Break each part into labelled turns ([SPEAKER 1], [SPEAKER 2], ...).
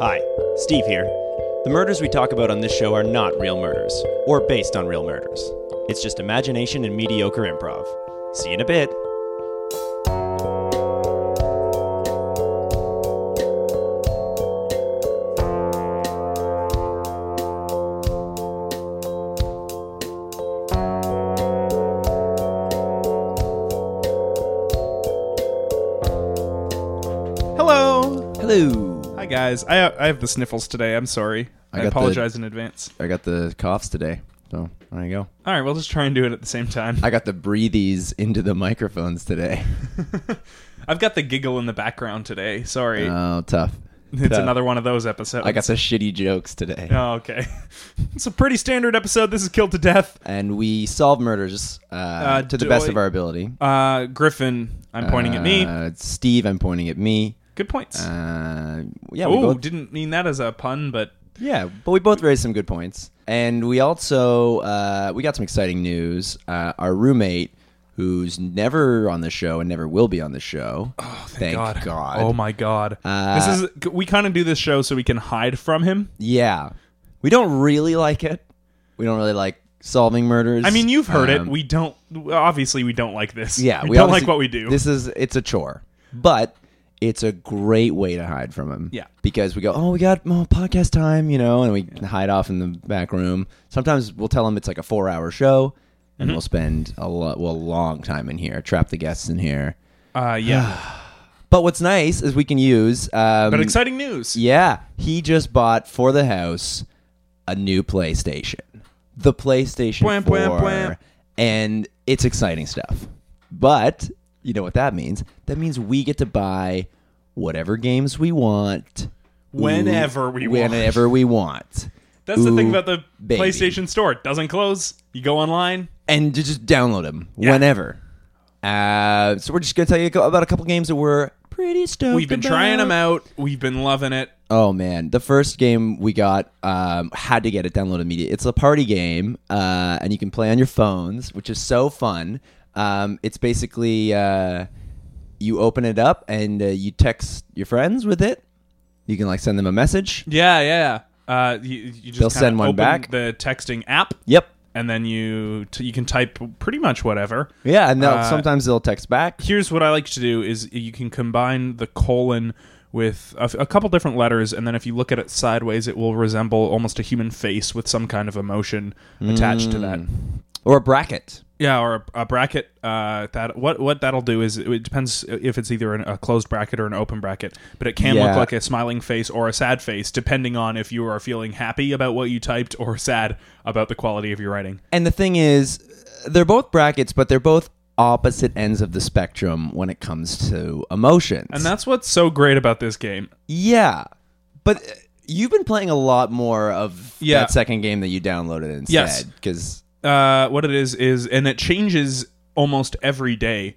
[SPEAKER 1] Hi, Steve here. The murders we talk about on this show are not real murders, or based on real murders. It's just imagination and mediocre improv. See you in a bit.
[SPEAKER 2] Hello.
[SPEAKER 3] Hello.
[SPEAKER 2] Hi guys. I I have the sniffles today. I'm sorry.
[SPEAKER 3] I
[SPEAKER 2] I,
[SPEAKER 3] got
[SPEAKER 2] apologize in advance.
[SPEAKER 3] I got the coughs today, so there you go.
[SPEAKER 2] All right, we'll just try and do it at the same time.
[SPEAKER 3] I got the breathies into the microphones today.
[SPEAKER 2] I've got the giggle in the background today. Sorry.
[SPEAKER 3] Oh, tough.
[SPEAKER 2] it's
[SPEAKER 3] Tough.
[SPEAKER 2] another one of those episodes.
[SPEAKER 3] I got the shitty jokes today,
[SPEAKER 2] Oh, okay. it's a pretty standard episode. This is Killed to Death.
[SPEAKER 3] and we solve murders uh, to the
[SPEAKER 2] do
[SPEAKER 3] best
[SPEAKER 2] I-
[SPEAKER 3] of our ability.
[SPEAKER 2] Uh, Griffin, I'm pointing at me.
[SPEAKER 3] Uh, Steve, I'm pointing at me.
[SPEAKER 2] Good points.
[SPEAKER 3] Uh, yeah, we
[SPEAKER 2] oh,
[SPEAKER 3] both,
[SPEAKER 2] didn't mean that as a pun, but
[SPEAKER 3] yeah, but we both raised some good points, and we also uh, we got some exciting news. Uh, our roommate, who's never on the show and never will be on the show. Oh, thank,
[SPEAKER 2] God. Oh my God.
[SPEAKER 3] Uh,
[SPEAKER 2] this is we kind of do this show so we can hide from him.
[SPEAKER 3] Yeah. We don't really like it. We don't really like solving murders.
[SPEAKER 2] I mean, you've heard it.
[SPEAKER 3] Um,
[SPEAKER 2] We don't. Obviously, we don't like this.
[SPEAKER 3] yeah,
[SPEAKER 2] we, don't
[SPEAKER 3] obviously-
[SPEAKER 2] like what we do.
[SPEAKER 3] This is it's a chore, but it's a great way to hide from him.
[SPEAKER 2] Yeah.
[SPEAKER 3] because we go, oh, we got oh, podcast time, you know, and we hide off in the back room. Sometimes we'll tell him it's like a four-hour show, and
[SPEAKER 2] Mm-hmm.
[SPEAKER 3] we'll spend a lot, well, a long time in here, trap the guests in here.
[SPEAKER 2] uh, yeah.
[SPEAKER 3] But what's nice is we can use. Um,
[SPEAKER 2] but exciting news.
[SPEAKER 3] Yeah, he just bought for the house a new PlayStation, the PlayStation
[SPEAKER 2] Bwah, bwah,
[SPEAKER 3] 4,
[SPEAKER 2] bwah.
[SPEAKER 3] and it's exciting stuff. But you know what that means? That means we get to buy whatever games we want,
[SPEAKER 2] Whenever we want.
[SPEAKER 3] whenever we want,
[SPEAKER 2] That's the thing
[SPEAKER 3] Ooh,
[SPEAKER 2] about the
[SPEAKER 3] baby.
[SPEAKER 2] PlayStation Store. It doesn't close. You go online.
[SPEAKER 3] and to just download them whenever. Uh, so we're just gonna tell you about a couple games that we're pretty stoked.
[SPEAKER 2] We've been
[SPEAKER 3] about.
[SPEAKER 2] trying them out. We've been loving it.
[SPEAKER 3] Oh man, the first game we got um, had to get it downloaded immediately. It's a party game, uh, and you can play on your phones, which is so fun. Um, it's basically uh, you open it up and uh, you text your friends with it. You can like send them a message.
[SPEAKER 2] Yeah, yeah. yeah. Uh, you, you just
[SPEAKER 3] They'll
[SPEAKER 2] kinda
[SPEAKER 3] send one
[SPEAKER 2] open
[SPEAKER 3] back.
[SPEAKER 2] The texting app.
[SPEAKER 3] Yep.
[SPEAKER 2] And then you t- you can type pretty much whatever.
[SPEAKER 3] Yeah, and they'll,
[SPEAKER 2] Uh,
[SPEAKER 3] sometimes they'll text back.
[SPEAKER 2] Here's what I like to do is you can combine the colon with a, f- a couple different letters, and then if you look at it sideways, it will resemble almost a human face with some kind of emotion attached to
[SPEAKER 3] Mm.
[SPEAKER 2] that.
[SPEAKER 3] or a bracket.
[SPEAKER 2] Yeah, or a, a bracket. Uh, that what what that'll do is it depends if it's either an, a closed bracket or an open bracket, but it can look
[SPEAKER 3] Yeah.
[SPEAKER 2] like a smiling face or a sad face, depending on if you are feeling happy about what you typed or sad about the quality of your writing.
[SPEAKER 3] And the thing is, they're both brackets, but they're both opposite ends of the spectrum when it comes to emotions.
[SPEAKER 2] And that's what's so great about this game.
[SPEAKER 3] Yeah, but uh, you've been playing a lot more of
[SPEAKER 2] Yeah.
[SPEAKER 3] that second game that you downloaded instead.
[SPEAKER 2] Yes.
[SPEAKER 3] because
[SPEAKER 2] Uh, what it is is, and it changes almost every day.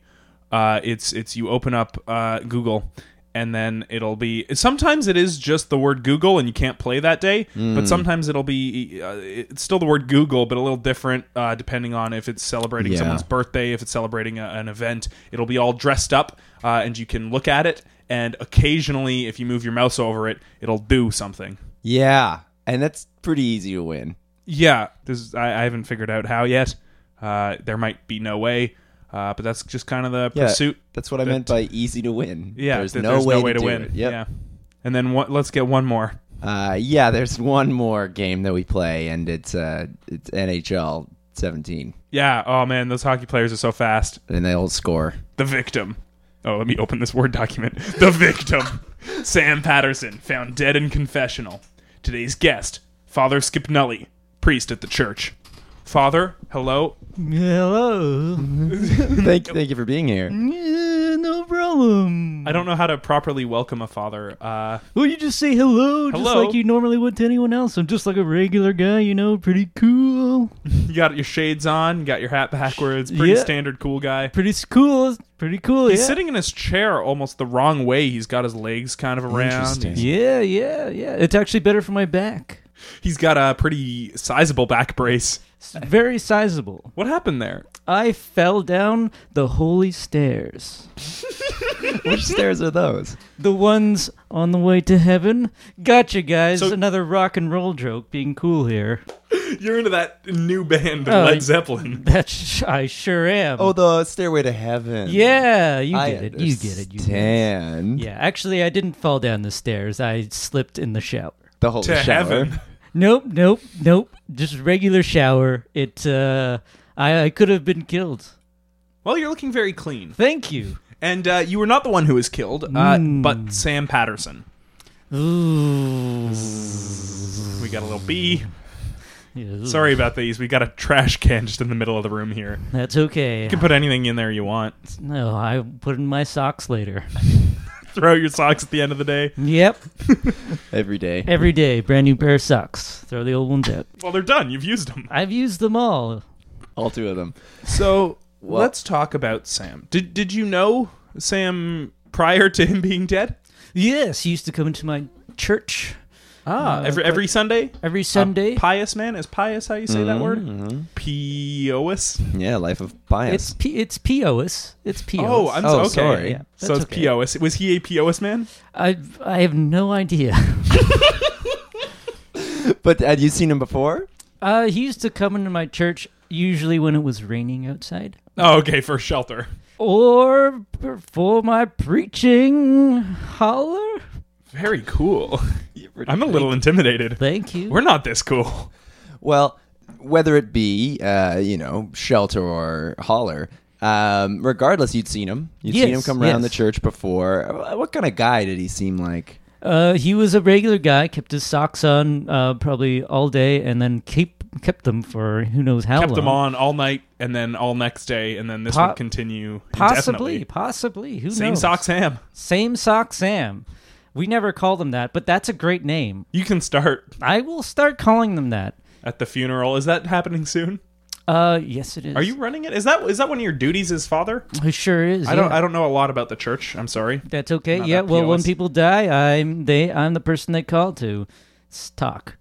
[SPEAKER 2] Uh, it's it's you open up uh, Google, and then it'll be. Sometimes it is just the word Google, and you can't play that day. But sometimes it'll be uh, it's still the word Google, but a little different uh, depending on if it's celebrating
[SPEAKER 3] Yeah.
[SPEAKER 2] someone's birthday, if it's celebrating a, an event. It'll be all dressed up, uh, and you can look at it. And occasionally, if you move your mouse over it, it'll do something.
[SPEAKER 3] yeah, and that's pretty easy to win.
[SPEAKER 2] Yeah, this is, I, I haven't figured out how yet. Uh, there might be no way, uh, but that's just kind of the
[SPEAKER 3] Yeah,
[SPEAKER 2] pursuit.
[SPEAKER 3] That's what I meant by easy to win.
[SPEAKER 2] Yeah,
[SPEAKER 3] there's,
[SPEAKER 2] th-
[SPEAKER 3] no, way to, do
[SPEAKER 2] win.
[SPEAKER 3] It. Yep.
[SPEAKER 2] Yeah, and then what, let's get one more.
[SPEAKER 3] Uh, yeah, there's one more game that we play, and it's uh, it's NHL 17,
[SPEAKER 2] Yeah. Oh man, those hockey players are so fast.
[SPEAKER 3] and they'll score.
[SPEAKER 2] The victim. Oh, let me open this word document. The victim, Sam Patterson, found dead in confessional. Today's guest, Father Skipnully, priest at the church. Father, hello.
[SPEAKER 3] Hello. thank thank you for being here.
[SPEAKER 4] no problem.
[SPEAKER 2] I don't know how to properly welcome a father. Uh,
[SPEAKER 4] Well, you just say hello, just
[SPEAKER 2] Hello.
[SPEAKER 4] like you normally would to anyone else. I'm just like a regular guy, you know, pretty cool.
[SPEAKER 2] you got your shades on, got your hat backwards, pretty
[SPEAKER 4] Yeah.
[SPEAKER 2] standard cool guy.
[SPEAKER 4] Pretty s- cool. Pretty cool.
[SPEAKER 2] He's
[SPEAKER 4] yeah.
[SPEAKER 2] sitting in his chair almost the wrong way. He's got his legs kind of around.
[SPEAKER 3] Interesting.
[SPEAKER 2] He's,
[SPEAKER 4] Yeah, yeah, yeah. It's actually better for my back.
[SPEAKER 2] he's got a pretty sizable back brace.
[SPEAKER 4] It's very sizable.
[SPEAKER 2] What happened there?
[SPEAKER 4] I fell down the holy stairs.
[SPEAKER 3] Which stairs are those?
[SPEAKER 4] The ones on the way to heaven. Gotcha, guys.
[SPEAKER 2] So-
[SPEAKER 4] Another rock and roll joke being cool here.
[SPEAKER 2] You're into that new band,
[SPEAKER 4] Oh,
[SPEAKER 2] Led
[SPEAKER 4] y-
[SPEAKER 2] Zeppelin.
[SPEAKER 4] That sh- I sure am.
[SPEAKER 3] Oh, the stairway to heaven.
[SPEAKER 4] yeah, you
[SPEAKER 3] I
[SPEAKER 4] get it. You get it. You get it.
[SPEAKER 3] understand.
[SPEAKER 4] Yeah, actually, I didn't fall down the stairs. I slipped in the shower.
[SPEAKER 3] The holy
[SPEAKER 2] To
[SPEAKER 3] shower.
[SPEAKER 2] heaven.
[SPEAKER 4] Nope, nope, nope. Just regular shower. It. uh I, I could have been killed.
[SPEAKER 2] Well, you're looking very clean.
[SPEAKER 4] Thank you.
[SPEAKER 2] And uh, you were not the one who was killed, uh,
[SPEAKER 4] Mm.
[SPEAKER 2] but Sam Patterson.
[SPEAKER 4] Ooh.
[SPEAKER 2] We got a little bee.
[SPEAKER 4] Ew.
[SPEAKER 2] Sorry about these. We got a trash can just in the middle of the room here.
[SPEAKER 4] That's okay.
[SPEAKER 2] You can put anything in there you want.
[SPEAKER 4] No, I put in my socks later.
[SPEAKER 2] Throw your socks at the end of the day.
[SPEAKER 4] Yep.
[SPEAKER 3] Every day.
[SPEAKER 4] Every day, brand new pair of socks. Throw the old ones out.
[SPEAKER 2] Well, they're done. You've used them.
[SPEAKER 4] I've used them all.
[SPEAKER 3] All two of them.
[SPEAKER 2] So
[SPEAKER 3] Well-
[SPEAKER 2] let's talk about Sam. Did did you know Sam prior to him being dead?
[SPEAKER 4] Yes, he used to come into my church
[SPEAKER 2] Ah, every every Sunday. Uh,
[SPEAKER 4] every Sunday. Mm-hmm.
[SPEAKER 2] Pious man is pious. How you say that word? Pious.
[SPEAKER 3] Yeah, life of bias.
[SPEAKER 4] It's P- it's POS. It's POS.
[SPEAKER 2] Oh, I'm
[SPEAKER 3] Oh,
[SPEAKER 2] okay.
[SPEAKER 3] sorry.
[SPEAKER 4] Yeah,
[SPEAKER 2] So
[SPEAKER 4] that's
[SPEAKER 2] it's
[SPEAKER 4] okay.
[SPEAKER 2] POS. Was he a POS man?
[SPEAKER 4] I I have no idea.
[SPEAKER 3] but had you seen him before?
[SPEAKER 4] Uh, he used to come into my church usually when it was raining outside,
[SPEAKER 2] Oh, okay, for shelter.
[SPEAKER 4] or for my preaching. Holler!
[SPEAKER 2] Very cool. I'm a little intimidated.
[SPEAKER 4] Thank you.
[SPEAKER 2] We're not this cool.
[SPEAKER 3] Well, whether it be uh, you know shelter or holler, um, regardless, you'd seen him. You'd seen him
[SPEAKER 4] Yes,
[SPEAKER 3] come around
[SPEAKER 4] yes.
[SPEAKER 3] the church before. Uh, What kind of guy did he seem like?
[SPEAKER 4] Uh, he was a regular guy, kept his socks on uh, probably all day, and then keep kept them for who knows how
[SPEAKER 2] Kept
[SPEAKER 4] long.
[SPEAKER 2] them on all night and then all next day, and then this
[SPEAKER 4] Oh, Po-
[SPEAKER 2] would continue
[SPEAKER 4] Possibly,
[SPEAKER 2] indefinitely.
[SPEAKER 4] possibly. Who
[SPEAKER 2] Same
[SPEAKER 4] knows?
[SPEAKER 2] sock Sam.
[SPEAKER 4] Same sock Sam. We never called him that, but that's a great name.
[SPEAKER 2] You can start
[SPEAKER 4] I will start calling them that.
[SPEAKER 2] at the funeral. Is that happening soon?
[SPEAKER 4] Uh, yes, it is.
[SPEAKER 2] Are you running it? Is that is that one of your duties as father?
[SPEAKER 4] It sure is.
[SPEAKER 2] I don't
[SPEAKER 4] yeah.
[SPEAKER 2] I don't know a lot about the church. I'm sorry.
[SPEAKER 4] That's okay.
[SPEAKER 2] Not
[SPEAKER 4] yeah.
[SPEAKER 2] that
[SPEAKER 4] well, when
[SPEAKER 2] POS.
[SPEAKER 4] people die, I'm they. I'm the person they call to s- talk.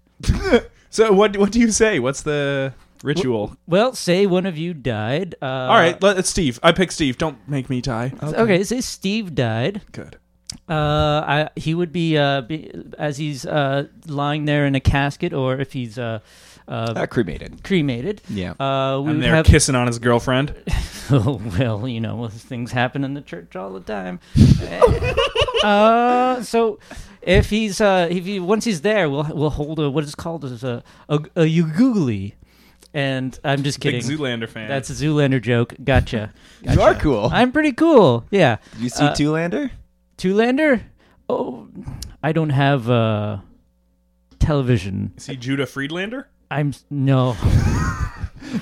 [SPEAKER 2] So what what do you say? What's the ritual?
[SPEAKER 4] Well, say one of you died. Uh,
[SPEAKER 2] all right, let, it's Steve. I pick Steve. Don't make me die.
[SPEAKER 4] Okay. Say Steve died.
[SPEAKER 2] Good.
[SPEAKER 4] Uh, I, he would be, uh, be as he's uh, lying there in a casket, or if he's uh, uh,
[SPEAKER 3] Uh, cremated.
[SPEAKER 4] cremated.
[SPEAKER 3] Yeah.
[SPEAKER 4] Uh, we
[SPEAKER 2] And
[SPEAKER 4] would
[SPEAKER 2] they're
[SPEAKER 4] have.
[SPEAKER 2] kissing on his girlfriend.
[SPEAKER 4] oh well, you know things happen in the church all the time. uh, so if he's uh, if he once he's there, we'll we'll hold a what is called as a a, a yuguli. And I'm just
[SPEAKER 2] Big
[SPEAKER 4] kidding.
[SPEAKER 2] Zoolander fan.
[SPEAKER 4] That's a Zoolander joke. Gotcha.
[SPEAKER 3] You are cool.
[SPEAKER 4] I'm pretty cool. Yeah.
[SPEAKER 3] Did you see
[SPEAKER 4] uh,
[SPEAKER 3] Toolander?
[SPEAKER 4] Zoolander. Oh, I don't have uh, television.
[SPEAKER 2] See Judah Friedlander?
[SPEAKER 4] I'm no.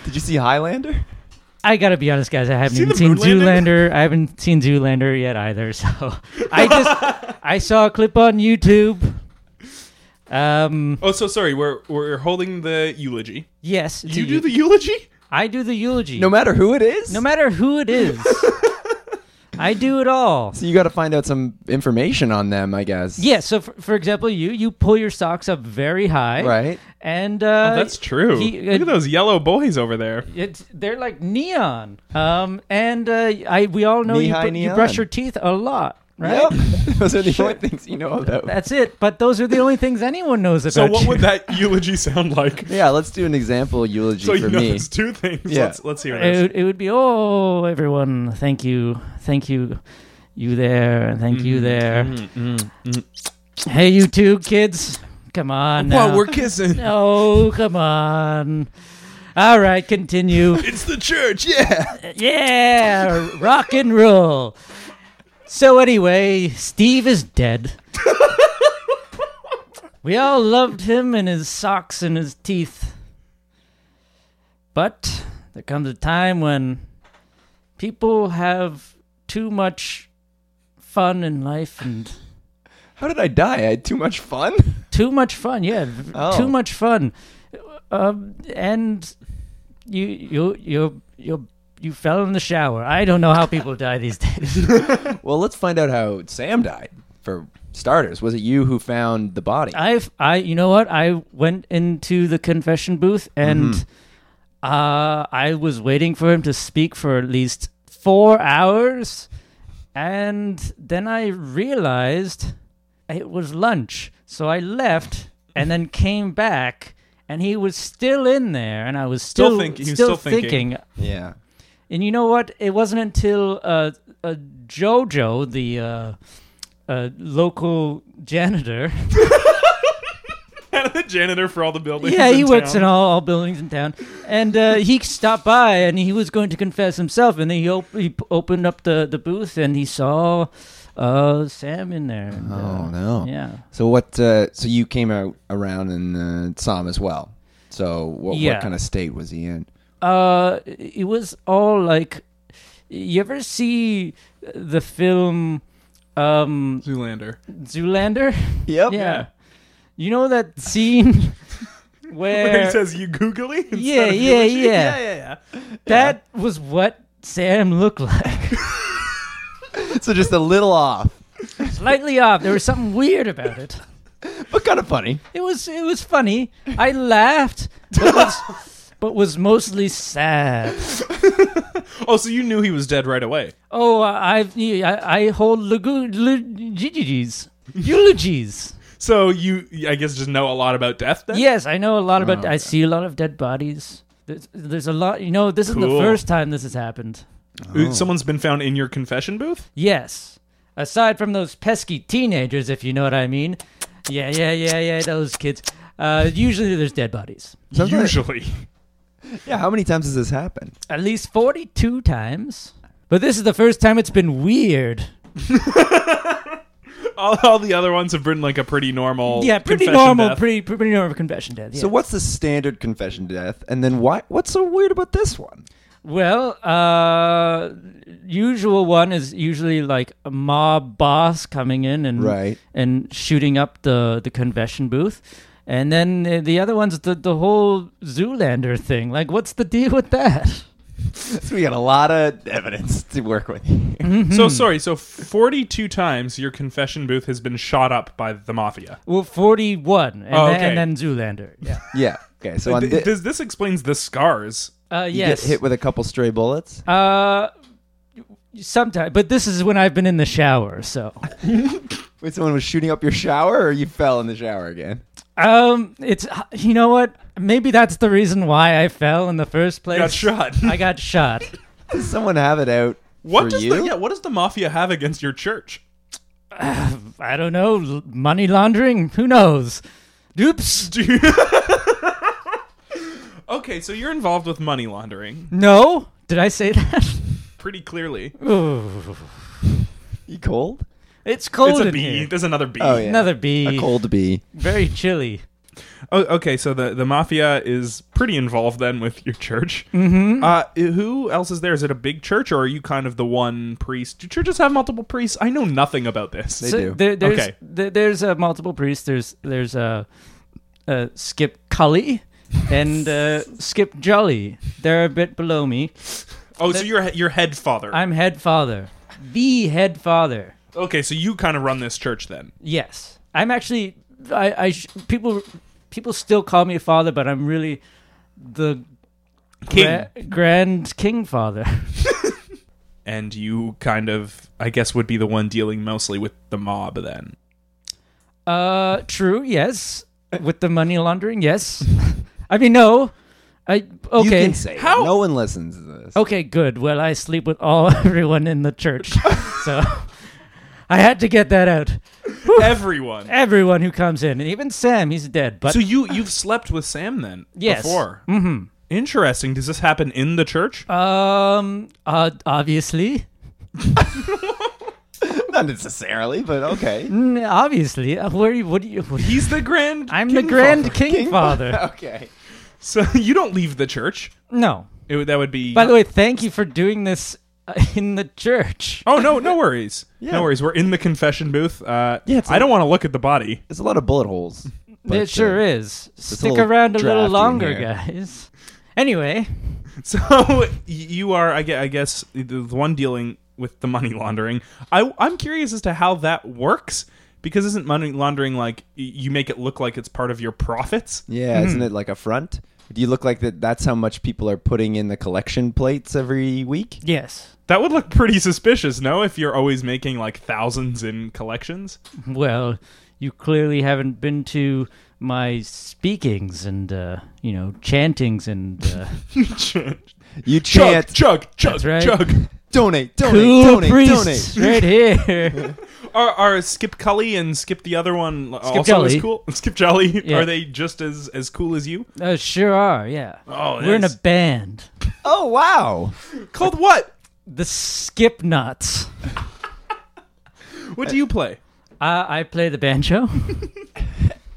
[SPEAKER 3] Did you see Highlander?
[SPEAKER 4] I gotta be honest, guys. I haven't
[SPEAKER 2] Seen
[SPEAKER 4] even
[SPEAKER 2] the
[SPEAKER 4] seen
[SPEAKER 2] moon landing?
[SPEAKER 4] Zoolander. I haven't seen Zoolander yet either. So I just I saw a clip on YouTube. Um.
[SPEAKER 2] Oh, so sorry. We're we're holding the eulogy.
[SPEAKER 4] Yes. it's a
[SPEAKER 2] You do
[SPEAKER 4] eu-
[SPEAKER 2] the eulogy?
[SPEAKER 4] I do the eulogy.
[SPEAKER 3] No matter who it is.
[SPEAKER 4] no matter who it is. I do it all.
[SPEAKER 3] So you got to find out some information on them, I guess.
[SPEAKER 4] Yeah. So for, for example, you you pull your socks up very high.
[SPEAKER 3] Right.
[SPEAKER 4] And uh,
[SPEAKER 2] Oh, that's true.
[SPEAKER 4] he-
[SPEAKER 2] Look at those yellow boys over there.
[SPEAKER 4] It's they're like neon. Um, and uh, I we all know you,
[SPEAKER 3] Knee-high
[SPEAKER 4] br- you
[SPEAKER 3] neon.
[SPEAKER 4] brush your teeth a lot, right?
[SPEAKER 3] Yep. Those are the only things you know about.
[SPEAKER 4] That's it. But those are the only things anyone knows about.
[SPEAKER 2] So what
[SPEAKER 4] you.
[SPEAKER 2] would that eulogy sound like?
[SPEAKER 3] yeah, let's do an example eulogy
[SPEAKER 2] So
[SPEAKER 3] for
[SPEAKER 2] you know
[SPEAKER 3] me.
[SPEAKER 2] there's two things.
[SPEAKER 3] Yeah.
[SPEAKER 2] Let's let's hear
[SPEAKER 4] It
[SPEAKER 2] this.
[SPEAKER 4] would, it would be oh everyone, thank you, thank you, you there, and thank
[SPEAKER 2] Mm-hmm.
[SPEAKER 4] you there.
[SPEAKER 2] Uh,
[SPEAKER 4] Hey, you two kids, come on now.
[SPEAKER 2] Well, we're kissing.
[SPEAKER 4] no, come on. All right, continue.
[SPEAKER 2] It's the church. Yeah.
[SPEAKER 4] yeah, rock and roll. So anyway, Steve is dead. we all loved him and his socks and his teeth. But there comes a time when people have too much fun in life and
[SPEAKER 3] How did I die? I had too much fun.
[SPEAKER 4] too much fun. Yeah, v-
[SPEAKER 3] Oh.
[SPEAKER 4] too much fun. Um, and you you you you you fell in the shower. I don't know how people die these days.
[SPEAKER 3] Well, let's find out how Sam died. For starters, was it you who found the body?
[SPEAKER 4] I've I you know what? I went into the confession booth and
[SPEAKER 2] Mm-hmm.
[SPEAKER 4] uh, I was waiting for him to speak for at least four hours. And then I realized it was lunch. So I left and then came back and he was still in there and I was
[SPEAKER 2] Still
[SPEAKER 4] still,
[SPEAKER 2] think- he was still thinking.
[SPEAKER 4] thinking.
[SPEAKER 3] Yeah.
[SPEAKER 4] And you know what? It wasn't until uh, uh, Jojo, the uh, uh, local janitor,
[SPEAKER 2] the janitor for all the buildings.
[SPEAKER 4] yeah, he works
[SPEAKER 2] town.
[SPEAKER 4] in all, all buildings in town, and uh, he stopped by and he was going to confess himself, and he, op- he p- opened up the, the booth and he saw uh, Sam in there. and, uh,
[SPEAKER 3] Oh no.
[SPEAKER 4] Yeah.
[SPEAKER 3] So what? Uh, so you came out around and uh, saw him as well. So what,
[SPEAKER 4] Yeah.
[SPEAKER 3] what kind of state was he in?
[SPEAKER 4] Uh, it was all like, you ever see the film um,
[SPEAKER 2] Zoolander.
[SPEAKER 4] Zoolander?
[SPEAKER 3] Yep.
[SPEAKER 4] Yeah. You know that scene
[SPEAKER 2] Where
[SPEAKER 4] where
[SPEAKER 2] he says you googly. instead
[SPEAKER 4] Yeah,
[SPEAKER 2] of
[SPEAKER 4] yeah,
[SPEAKER 2] Eulogy?
[SPEAKER 4] yeah.
[SPEAKER 2] yeah, yeah.
[SPEAKER 4] that was what Sam looked like.
[SPEAKER 3] So just a little off,
[SPEAKER 4] Slightly off. There was something weird about it.
[SPEAKER 3] but kind of funny.
[SPEAKER 4] It was it was funny. I laughed, but was, but was mostly sad.
[SPEAKER 2] Oh, so you knew he was dead right away.
[SPEAKER 4] Oh, I've I, I hold legu- legigies. Eulogies.
[SPEAKER 2] So you, I guess, just know a lot about death. Then?
[SPEAKER 4] Yes, I know a lot about.
[SPEAKER 3] Oh,
[SPEAKER 4] I see a lot of dead bodies. There's, there's a lot. You know, this is the
[SPEAKER 2] Cool.
[SPEAKER 4] first time this has happened.
[SPEAKER 2] Ooh,
[SPEAKER 3] Oh.
[SPEAKER 2] Someone's been found in your confession booth.
[SPEAKER 4] Yes. Aside from those pesky teenagers, if you know what I mean. Yeah, yeah, yeah, yeah, those kids. Uh, usually there's dead bodies.
[SPEAKER 3] Sometimes-
[SPEAKER 2] Usually,
[SPEAKER 3] Yeah. How many times has this happened?
[SPEAKER 4] At least 42 times. But this is the first time it's been weird.
[SPEAKER 2] all, all the other ones have been like a pretty normal.
[SPEAKER 4] yeah, pretty
[SPEAKER 2] confession
[SPEAKER 4] normal,
[SPEAKER 2] death.
[SPEAKER 4] pretty pretty normal confession death. Yeah.
[SPEAKER 3] So what's the standard confession death? And then why? What's so weird about this one?
[SPEAKER 4] Well, uh, usual one is usually like a mob boss coming in and
[SPEAKER 3] Mm. Right.
[SPEAKER 4] and shooting up the the convention booth, and then uh, the other one's the the whole Zoolander thing. Like, what's the deal with that?
[SPEAKER 3] So we got a lot of evidence to work with. here.
[SPEAKER 2] So
[SPEAKER 4] hmm.
[SPEAKER 2] sorry. So forty-two times your confession booth has been shot up by the mafia.
[SPEAKER 4] Well, forty one, and,
[SPEAKER 2] Oh,
[SPEAKER 4] then-
[SPEAKER 2] okay.
[SPEAKER 4] and then Zoolander. Yeah,
[SPEAKER 3] yeah. Okay. So on
[SPEAKER 2] Th-
[SPEAKER 3] thi-
[SPEAKER 2] this, this explains the scars.
[SPEAKER 4] uh,
[SPEAKER 3] you
[SPEAKER 4] yes.
[SPEAKER 3] get hit with a couple stray bullets.
[SPEAKER 4] uh, sometimes, but this is when I've been in the shower, so.
[SPEAKER 3] Wait, someone was shooting up your shower, or you fell in the shower again?
[SPEAKER 4] Um, it's you know what? Maybe that's the reason why I fell in the first place.
[SPEAKER 2] Got shot.
[SPEAKER 4] I got shot.
[SPEAKER 3] Does someone have it out
[SPEAKER 2] What
[SPEAKER 3] for
[SPEAKER 2] does
[SPEAKER 3] you?
[SPEAKER 2] the yeah? What does the mafia have against your church?
[SPEAKER 4] I don't know. l- Money laundering? Who knows? Oops.
[SPEAKER 2] Do you- okay, so you're involved with money laundering
[SPEAKER 4] No. Did I say that?
[SPEAKER 2] pretty clearly.
[SPEAKER 4] Ooh.
[SPEAKER 3] You cold?
[SPEAKER 4] It's cold
[SPEAKER 2] it's a
[SPEAKER 4] in
[SPEAKER 2] bee.
[SPEAKER 4] here.
[SPEAKER 2] There's another bee.
[SPEAKER 3] Oh, yeah.
[SPEAKER 4] Another bee.
[SPEAKER 3] A cold bee.
[SPEAKER 4] Very chilly.
[SPEAKER 2] Oh, okay, so the, the mafia is pretty involved then with your church. Mm-hmm. Uh, who else is there? Is it a big church or are you kind of the one priest? Do churches have multiple priests? I know nothing about this.
[SPEAKER 3] They
[SPEAKER 4] so
[SPEAKER 3] do.
[SPEAKER 4] There, there's
[SPEAKER 2] Okay.
[SPEAKER 4] there- there's uh, multiple priests. There's there's uh, uh, Skip Cully and uh, Skip Jolly. They're a bit below me.
[SPEAKER 2] oh, so you're he- you're head father.
[SPEAKER 4] I'm head father. The head father.
[SPEAKER 2] okay, so you kind of run this church then.
[SPEAKER 4] Yes, I'm actually. I, I sh- people people still call me father, but I'm really the
[SPEAKER 2] King.
[SPEAKER 4] gra- grand king father.
[SPEAKER 2] and you kind of I guess would be the one dealing mostly with the mob then.
[SPEAKER 4] Uh, true. Yes, with the money laundering. Yes, I mean no. I okay.
[SPEAKER 3] You can say it.
[SPEAKER 2] How- Oh.
[SPEAKER 3] No one listens to this.
[SPEAKER 4] Okay, good. Well, I sleep with all everyone in the church, so I had to get that out.
[SPEAKER 2] Everyone.
[SPEAKER 4] Everyone who comes in, and even Sam, he's dead. But
[SPEAKER 2] So you you've slept with Sam then?
[SPEAKER 4] Yes.
[SPEAKER 2] Before. Mm-hmm. Interesting. Does this happen in the church?
[SPEAKER 4] um, uh, obviously,
[SPEAKER 3] Not necessarily, but okay.
[SPEAKER 4] Mm, obviously, uh, where? you- What do you? What do you
[SPEAKER 2] He's the grand.
[SPEAKER 4] I'm
[SPEAKER 2] king
[SPEAKER 4] the grand
[SPEAKER 2] father.
[SPEAKER 4] king, father.
[SPEAKER 3] okay.
[SPEAKER 2] So you don't leave the church.
[SPEAKER 4] No.
[SPEAKER 2] It, would- that would be.
[SPEAKER 4] By the way, thank you for doing this uh, in the church.
[SPEAKER 2] Oh no, no worries.
[SPEAKER 3] Yeah.
[SPEAKER 2] No worries. We're in the confession booth. Uh,
[SPEAKER 3] Yeah, it's
[SPEAKER 2] I don't want to look at the body.
[SPEAKER 3] There's a lot of bullet holes. but,
[SPEAKER 4] it sure
[SPEAKER 3] uh,
[SPEAKER 4] is. Stick
[SPEAKER 3] little
[SPEAKER 4] around a
[SPEAKER 3] draft
[SPEAKER 4] little
[SPEAKER 3] in
[SPEAKER 4] longer,
[SPEAKER 3] here.
[SPEAKER 4] guys. Anyway,
[SPEAKER 2] So y- you are, I guess, I guess, the the one dealing with the money laundering. I, I'm curious as to how that works because isn't money laundering like y- you make it look like it's part of your profits?
[SPEAKER 3] Yeah, isn't it like a front? Do you look like that? That's how much people are putting in the collection plates every week.
[SPEAKER 4] Yes.
[SPEAKER 2] That would look pretty suspicious, no? If you're always making like thousands in collections.
[SPEAKER 4] Well, you clearly haven't been to my speakings and uh, you know chantings and uh,
[SPEAKER 2] chug,
[SPEAKER 3] You chant,
[SPEAKER 2] chug, chug, chug,
[SPEAKER 4] right.
[SPEAKER 2] chug.
[SPEAKER 3] donate, donate,
[SPEAKER 4] cool
[SPEAKER 3] donate,
[SPEAKER 4] priests right here.
[SPEAKER 2] Are, are Skip Cully and Skip the other one also
[SPEAKER 4] Jolly.
[SPEAKER 2] as cool? Skip Jolly.
[SPEAKER 4] Yeah.
[SPEAKER 2] Are they just as as cool as you?
[SPEAKER 4] uh, sure are. Yeah.
[SPEAKER 2] Oh,
[SPEAKER 4] we're in a
[SPEAKER 2] nice.
[SPEAKER 4] band.
[SPEAKER 3] donate. Oh wow!
[SPEAKER 2] Called what?
[SPEAKER 4] The Skip Nuts.
[SPEAKER 2] What do you
[SPEAKER 3] Uh,
[SPEAKER 2] play?
[SPEAKER 4] Uh, I, I play the banjo.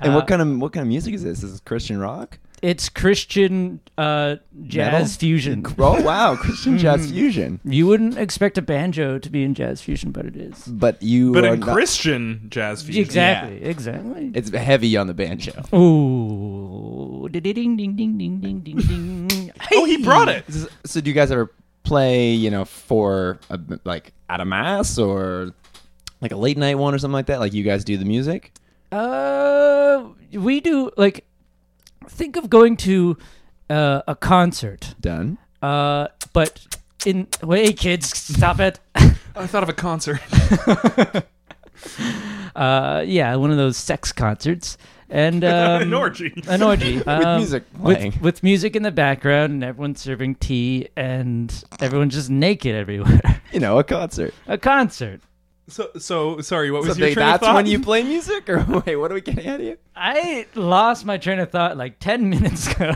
[SPEAKER 3] And
[SPEAKER 4] Uh,
[SPEAKER 3] what kind of what kind of music is this? Is this Christian rock?
[SPEAKER 4] It's Christian uh, jazz
[SPEAKER 3] Metal?
[SPEAKER 4] fusion.
[SPEAKER 3] Oh wow, Christian
[SPEAKER 2] Hmm.
[SPEAKER 3] jazz fusion.
[SPEAKER 4] You wouldn't expect a banjo to be in jazz fusion, but it is.
[SPEAKER 3] But you
[SPEAKER 2] But
[SPEAKER 3] are
[SPEAKER 2] in
[SPEAKER 3] uh, not-
[SPEAKER 2] Christian jazz fusion.
[SPEAKER 4] Exactly. Exactly.
[SPEAKER 3] it's heavy on the banjo.
[SPEAKER 4] Ooh. Ding ding ding ding ding ding ding.
[SPEAKER 2] Oh, he brought it.
[SPEAKER 3] This is- So do you guys ever play, you know, for a, like at a mass or like a late night one or something like that? Like you guys do the music?
[SPEAKER 4] Uh, we do like think of going to uh, a concert.
[SPEAKER 3] Done.
[SPEAKER 4] Uh, but in wait, kids, stop it.
[SPEAKER 2] I thought of a concert.
[SPEAKER 4] Uh, yeah, one of those sex concerts and um,
[SPEAKER 2] An orgy.
[SPEAKER 4] an orgy um,
[SPEAKER 3] music playing.
[SPEAKER 4] with, with music in the background and everyone serving tea and everyone just naked everywhere.
[SPEAKER 3] You know, a concert.
[SPEAKER 4] a concert.
[SPEAKER 2] So, so sorry. What was
[SPEAKER 3] So
[SPEAKER 2] your
[SPEAKER 3] they,
[SPEAKER 2] train of
[SPEAKER 3] that's
[SPEAKER 2] thought?
[SPEAKER 3] when you play music, or wait, what are we getting at here?
[SPEAKER 4] I lost my train of thought like ten minutes ago.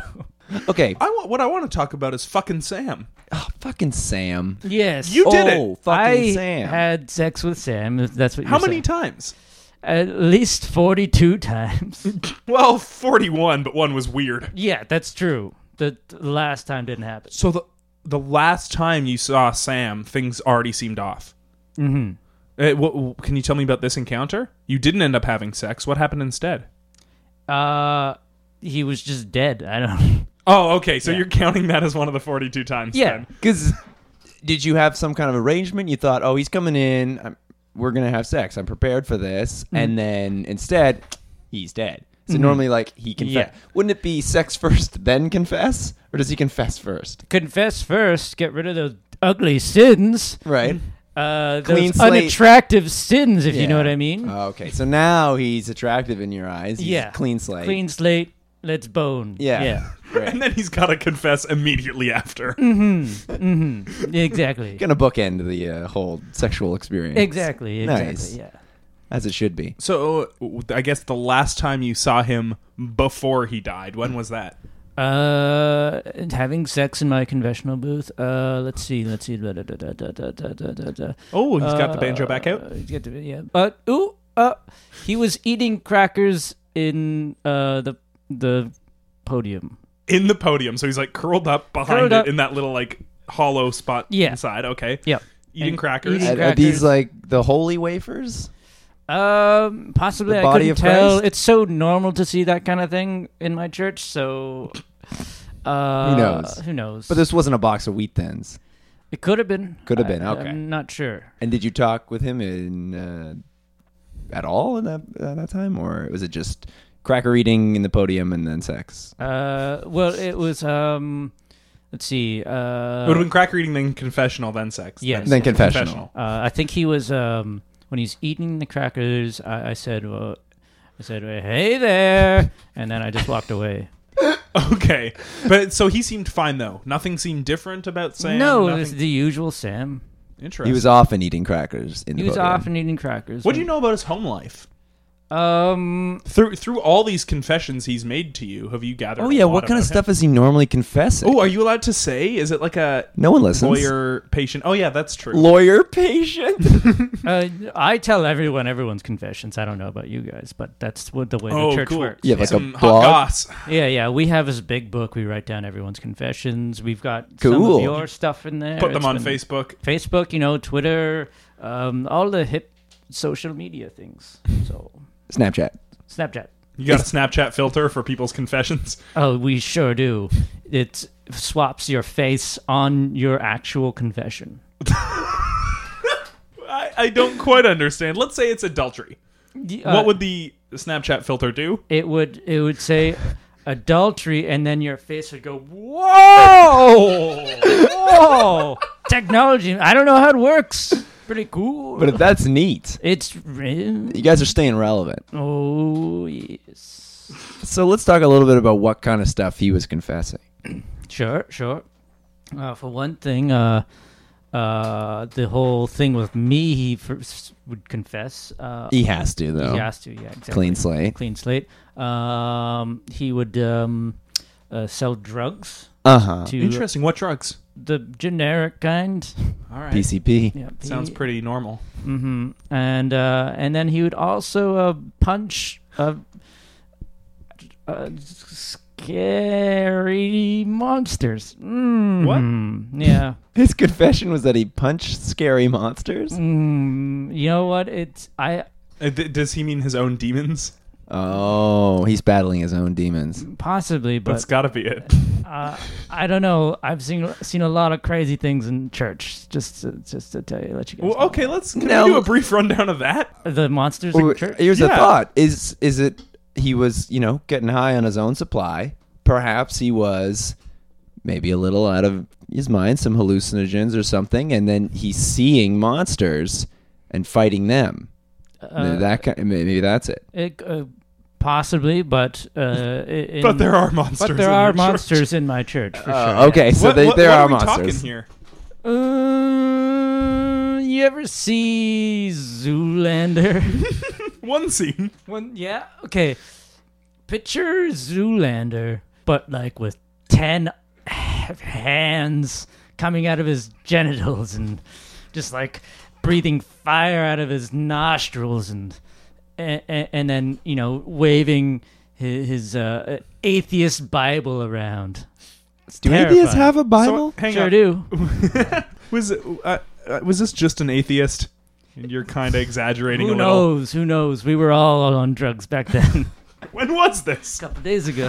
[SPEAKER 3] Okay,
[SPEAKER 2] I want what I want to talk about is fucking Sam.
[SPEAKER 3] oh, fucking Sam.
[SPEAKER 4] Yes,
[SPEAKER 2] You did
[SPEAKER 3] Oh,
[SPEAKER 2] it.
[SPEAKER 3] fucking
[SPEAKER 4] I
[SPEAKER 3] Sam.
[SPEAKER 4] had sex with Sam. If that's what
[SPEAKER 2] How
[SPEAKER 4] you're
[SPEAKER 2] many
[SPEAKER 4] saying.
[SPEAKER 2] times?
[SPEAKER 4] At least 42 times.
[SPEAKER 2] Well, forty-one, but one was weird.
[SPEAKER 4] yeah, that's true. The, the last time didn't happen.
[SPEAKER 2] So the the last time you saw Sam, things already seemed off.
[SPEAKER 4] hmm
[SPEAKER 2] Uh, what, can you tell me about this encounter? You didn't end up having sex. What happened instead?
[SPEAKER 4] Uh, he was just dead. I don't.
[SPEAKER 2] Oh, okay. So you're counting that as one of the forty-two times.
[SPEAKER 4] Yeah.
[SPEAKER 2] then.
[SPEAKER 3] Because did you have some kind of arrangement? You thought, oh, he's coming in. I'm, we're gonna have sex. I'm prepared for this.
[SPEAKER 4] Mm-hmm.
[SPEAKER 3] And then instead, he's dead. So normally, like he confess.
[SPEAKER 4] Yeah.
[SPEAKER 3] Wouldn't it be sex first, then confess, or does he confess first?
[SPEAKER 4] Confess first. Get rid of those ugly sins.
[SPEAKER 3] Right.
[SPEAKER 4] Uh,
[SPEAKER 3] Clean
[SPEAKER 4] those
[SPEAKER 3] slate.
[SPEAKER 4] unattractive sins, if you know
[SPEAKER 3] Yeah.
[SPEAKER 4] what I mean.
[SPEAKER 3] Oh, okay. So now he's attractive in your eyes. He's
[SPEAKER 4] yeah.
[SPEAKER 3] Clean slate.
[SPEAKER 4] Clean slate. Let's bone.
[SPEAKER 3] Yeah. Great.
[SPEAKER 2] And then he's got to confess immediately after.
[SPEAKER 4] Yeah. Exactly.
[SPEAKER 3] Gonna bookend the uh, whole sexual experience.
[SPEAKER 4] exactly. Exactly.
[SPEAKER 3] Nice.
[SPEAKER 4] Yeah.
[SPEAKER 3] As it should be.
[SPEAKER 2] So w- I guess the last time you saw him before he died, when was that?
[SPEAKER 4] Uh, and having sex in my confessional booth. Uh, let's see, let's see. Da, da, da, da, da, da, da, da, da.
[SPEAKER 2] Oh, he's
[SPEAKER 4] has
[SPEAKER 2] got the banjo back out.
[SPEAKER 4] Get the, yeah. But ooh, uh, he was eating crackers in uh the the podium.
[SPEAKER 2] in the podium. So he's like curled up behind it
[SPEAKER 4] Curled up.
[SPEAKER 2] in that little like hollow spot
[SPEAKER 4] Yeah.
[SPEAKER 2] inside. Okay.
[SPEAKER 4] Yeah.
[SPEAKER 2] Eating
[SPEAKER 4] And
[SPEAKER 2] crackers.
[SPEAKER 4] eating-
[SPEAKER 3] Are, are these
[SPEAKER 4] Crackers.
[SPEAKER 3] like the holy wafers?
[SPEAKER 4] Um, possibly
[SPEAKER 3] The
[SPEAKER 4] I
[SPEAKER 3] body
[SPEAKER 4] couldn't
[SPEAKER 3] of
[SPEAKER 4] tell.
[SPEAKER 3] Christ?
[SPEAKER 4] It's so normal to see that kind of thing in my church. So. Uh,
[SPEAKER 3] knows?
[SPEAKER 4] Who knows?
[SPEAKER 3] But this wasn't a box of wheat thins.
[SPEAKER 4] it could have been.
[SPEAKER 3] Could have been,
[SPEAKER 4] I-
[SPEAKER 3] okay.
[SPEAKER 4] I'm not sure.
[SPEAKER 3] And did you talk with him in uh, at all in that uh, that time, or was it just cracker eating in the podium and then sex?
[SPEAKER 4] Uh, well, it was um, let's see. Uh,
[SPEAKER 2] it would have been cracker eating, then confessional, then sex.
[SPEAKER 4] Yes.
[SPEAKER 3] Then confessional.
[SPEAKER 4] Uh, I think he was um, when he's eating the crackers. I, I said, well, I said, "Hey there," and then I just walked away.
[SPEAKER 2] Okay. But so he seemed fine though. Nothing seemed different about Sam.
[SPEAKER 4] no, it
[SPEAKER 2] nothing-
[SPEAKER 4] was the usual Sam.
[SPEAKER 2] interesting.
[SPEAKER 3] He was often eating crackers in the
[SPEAKER 4] He was
[SPEAKER 3] podium.
[SPEAKER 4] off and eating crackers.
[SPEAKER 2] what do you know about his home life?
[SPEAKER 4] Um,
[SPEAKER 2] Through through all these confessions he's made to you, have you gathered?
[SPEAKER 3] Oh
[SPEAKER 2] a
[SPEAKER 3] yeah,
[SPEAKER 2] lot
[SPEAKER 3] what kind of
[SPEAKER 2] about him?
[SPEAKER 3] stuff is he normally confessing?
[SPEAKER 2] Oh, are you allowed to say? Is it like a
[SPEAKER 3] no one listens.
[SPEAKER 2] lawyer patient? Oh yeah, that's true.
[SPEAKER 3] lawyer patient.
[SPEAKER 4] uh, I tell everyone everyone's confessions. I don't know about you guys, but that's what the way the
[SPEAKER 2] oh,
[SPEAKER 4] church
[SPEAKER 2] cool.
[SPEAKER 4] works.
[SPEAKER 3] Yeah, like a
[SPEAKER 2] Some hot
[SPEAKER 3] blog?
[SPEAKER 2] goss.
[SPEAKER 4] Yeah, yeah. We have this big book. We write down everyone's confessions. We've got some
[SPEAKER 3] Cool.
[SPEAKER 4] of your stuff in there.
[SPEAKER 2] Put them
[SPEAKER 4] It's
[SPEAKER 2] on
[SPEAKER 4] been-
[SPEAKER 2] Facebook.
[SPEAKER 4] Facebook, you know, Twitter, um, all the hip social media things. So
[SPEAKER 3] Snapchat.
[SPEAKER 4] Snapchat.
[SPEAKER 2] You got a Snapchat filter for people's confessions.
[SPEAKER 4] Oh, we sure do. It swaps your face on your actual confession.
[SPEAKER 2] I, I don't quite understand. Let's say it's adultery.
[SPEAKER 4] Y- uh,
[SPEAKER 2] what would the Snapchat filter do?
[SPEAKER 4] it would it would say? adultery, and then your face would go,
[SPEAKER 3] Oh!
[SPEAKER 4] whoa, whoa, technology. I don't know how it works. Pretty cool.
[SPEAKER 3] But if that's neat.
[SPEAKER 4] it's real.
[SPEAKER 3] You guys are staying relevant.
[SPEAKER 4] Oh yes.
[SPEAKER 3] So let's talk a little bit about what kind of stuff he was confessing.
[SPEAKER 4] Sure, sure. Uh, for one thing, uh, uh, the whole thing with me, he first would confess. Uh,
[SPEAKER 3] He has to though.
[SPEAKER 4] He has to, yeah, exactly.
[SPEAKER 3] Clean slate.
[SPEAKER 4] Clean slate. Um, he would um, uh, sell drugs
[SPEAKER 3] Uh huh.
[SPEAKER 4] to
[SPEAKER 2] Interesting. What drugs?
[SPEAKER 4] the generic kind.
[SPEAKER 2] All right.
[SPEAKER 3] PCP.
[SPEAKER 4] Yeah, he-
[SPEAKER 2] Sounds pretty normal.
[SPEAKER 4] Mhm. And uh, and then he would also uh, punch a, a scary monsters. Mm. What? Yeah.
[SPEAKER 3] His confession was that he punched scary monsters.
[SPEAKER 4] Mm, you know what? It's I
[SPEAKER 2] Uh, th- does he mean his own demons?
[SPEAKER 3] Oh, he's battling his own demons.
[SPEAKER 4] possibly,
[SPEAKER 2] That's
[SPEAKER 4] but
[SPEAKER 2] got to be it.
[SPEAKER 4] uh, I don't know. I've seen seen a lot of crazy things in church. Just to, just to tell you, let you guys.
[SPEAKER 2] Well,
[SPEAKER 4] know.
[SPEAKER 2] okay, let's can
[SPEAKER 3] Now-
[SPEAKER 2] we do a brief rundown of that.
[SPEAKER 4] The monsters
[SPEAKER 3] Well,
[SPEAKER 4] in church.
[SPEAKER 3] here's the
[SPEAKER 2] Yeah.
[SPEAKER 3] thought: is is it he was you know getting high on his own supply? Perhaps he was maybe a little out of his mind, some hallucinogens or something, and then he's seeing monsters and fighting them.
[SPEAKER 4] Uh,
[SPEAKER 3] Maybe that ki- maybe that's it.
[SPEAKER 4] it, uh, possibly, but uh, in,
[SPEAKER 2] But there are monsters.
[SPEAKER 4] but there
[SPEAKER 2] in
[SPEAKER 4] are
[SPEAKER 2] your church.
[SPEAKER 4] monsters in my church for
[SPEAKER 3] Uh,
[SPEAKER 4] sure.
[SPEAKER 3] okay, so
[SPEAKER 2] what,
[SPEAKER 3] they,
[SPEAKER 2] what-
[SPEAKER 3] there
[SPEAKER 2] what
[SPEAKER 3] are,
[SPEAKER 2] we
[SPEAKER 3] monsters.
[SPEAKER 2] talking here?
[SPEAKER 4] Uh, you ever see Zoolander?
[SPEAKER 2] One scene.
[SPEAKER 4] When, yeah. Okay. Picture Zoolander, but like with ten hands coming out of his genitals and just like breathing fire out of his nostrils and and, and then you know waving his, his uh, atheist Bible around. It's
[SPEAKER 3] Do
[SPEAKER 4] terrifying.
[SPEAKER 3] atheists have a Bible?
[SPEAKER 2] So, hang
[SPEAKER 4] sure
[SPEAKER 2] on.
[SPEAKER 4] do.
[SPEAKER 2] Was it, uh, uh, was this just an atheist? And you're kind of exaggerating a
[SPEAKER 4] Who
[SPEAKER 2] little.
[SPEAKER 4] knows? Who knows? We were all on drugs back then.
[SPEAKER 2] When was this?
[SPEAKER 4] a couple days ago.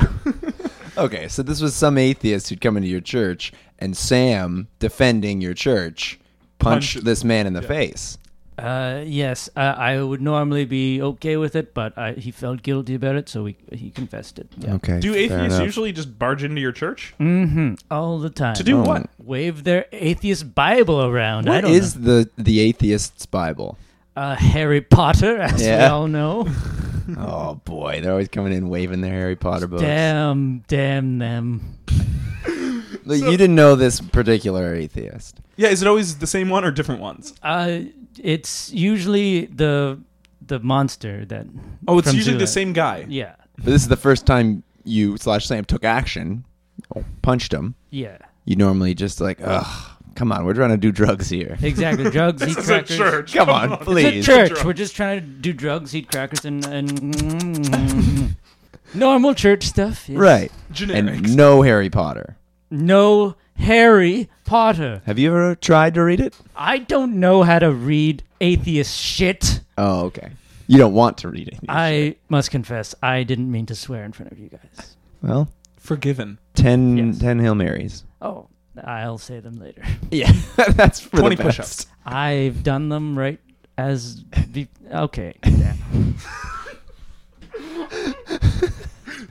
[SPEAKER 3] okay, so this was some atheist who'd come into your church, and Sam, defending your church, punched
[SPEAKER 2] Punched-
[SPEAKER 3] this man in the face.
[SPEAKER 4] Uh, yes, I, I would normally be okay with it, but I, he felt guilty about it, so we, he confessed it. Yeah.
[SPEAKER 3] Okay.
[SPEAKER 2] Do
[SPEAKER 3] fair
[SPEAKER 2] atheists
[SPEAKER 3] enough.
[SPEAKER 2] usually just barge into your church
[SPEAKER 4] Mm-hmm. All the time.
[SPEAKER 2] to do
[SPEAKER 3] Oh.
[SPEAKER 2] what?
[SPEAKER 4] Wave their atheist Bible around. I
[SPEAKER 3] What
[SPEAKER 4] don't
[SPEAKER 3] is
[SPEAKER 4] know.
[SPEAKER 3] the the atheist's Bible?
[SPEAKER 4] Uh, Harry Potter, as
[SPEAKER 3] Yeah.
[SPEAKER 4] we all know.
[SPEAKER 3] oh boy, they're always coming in waving their Harry Potter books.
[SPEAKER 4] damn, damn them.
[SPEAKER 3] Look, you didn't know this particular atheist.
[SPEAKER 2] Yeah, is it always the same one or different ones?
[SPEAKER 4] Uh, it's usually the the monster that.
[SPEAKER 2] Oh, it's
[SPEAKER 4] from
[SPEAKER 2] usually the
[SPEAKER 4] Zoolander.
[SPEAKER 2] same guy.
[SPEAKER 4] Yeah,
[SPEAKER 3] But this is the first time you slash Sam took action, punched him.
[SPEAKER 4] yeah,
[SPEAKER 3] You normally just like, ugh, come on, we're trying to do drugs here.
[SPEAKER 4] exactly. Drugs,
[SPEAKER 2] This
[SPEAKER 4] eat
[SPEAKER 2] is a
[SPEAKER 4] crackers.
[SPEAKER 2] church.
[SPEAKER 3] Come on,
[SPEAKER 4] It's
[SPEAKER 3] please.
[SPEAKER 4] a church.
[SPEAKER 2] drugs.
[SPEAKER 4] We're just trying to do drugs, eat crackers, and, and normal church stuff. yes.
[SPEAKER 3] Right.
[SPEAKER 2] Generics.
[SPEAKER 3] And no Harry Potter.
[SPEAKER 4] No Harry Potter.
[SPEAKER 3] Have you ever tried to read it?
[SPEAKER 4] I don't know how to read atheist shit.
[SPEAKER 3] Oh, okay. You don't want to read it.
[SPEAKER 4] I must confess, I didn't mean to swear in front of you guys.
[SPEAKER 3] well,
[SPEAKER 2] Forgiven.
[SPEAKER 3] 10,
[SPEAKER 4] Yes.
[SPEAKER 3] 10 Hail Marys.
[SPEAKER 4] Oh, I'll say them later.
[SPEAKER 3] Yeah, that's for
[SPEAKER 2] 20
[SPEAKER 3] the
[SPEAKER 2] push
[SPEAKER 3] best.
[SPEAKER 2] ups.
[SPEAKER 4] I've done them right as. Be- okay.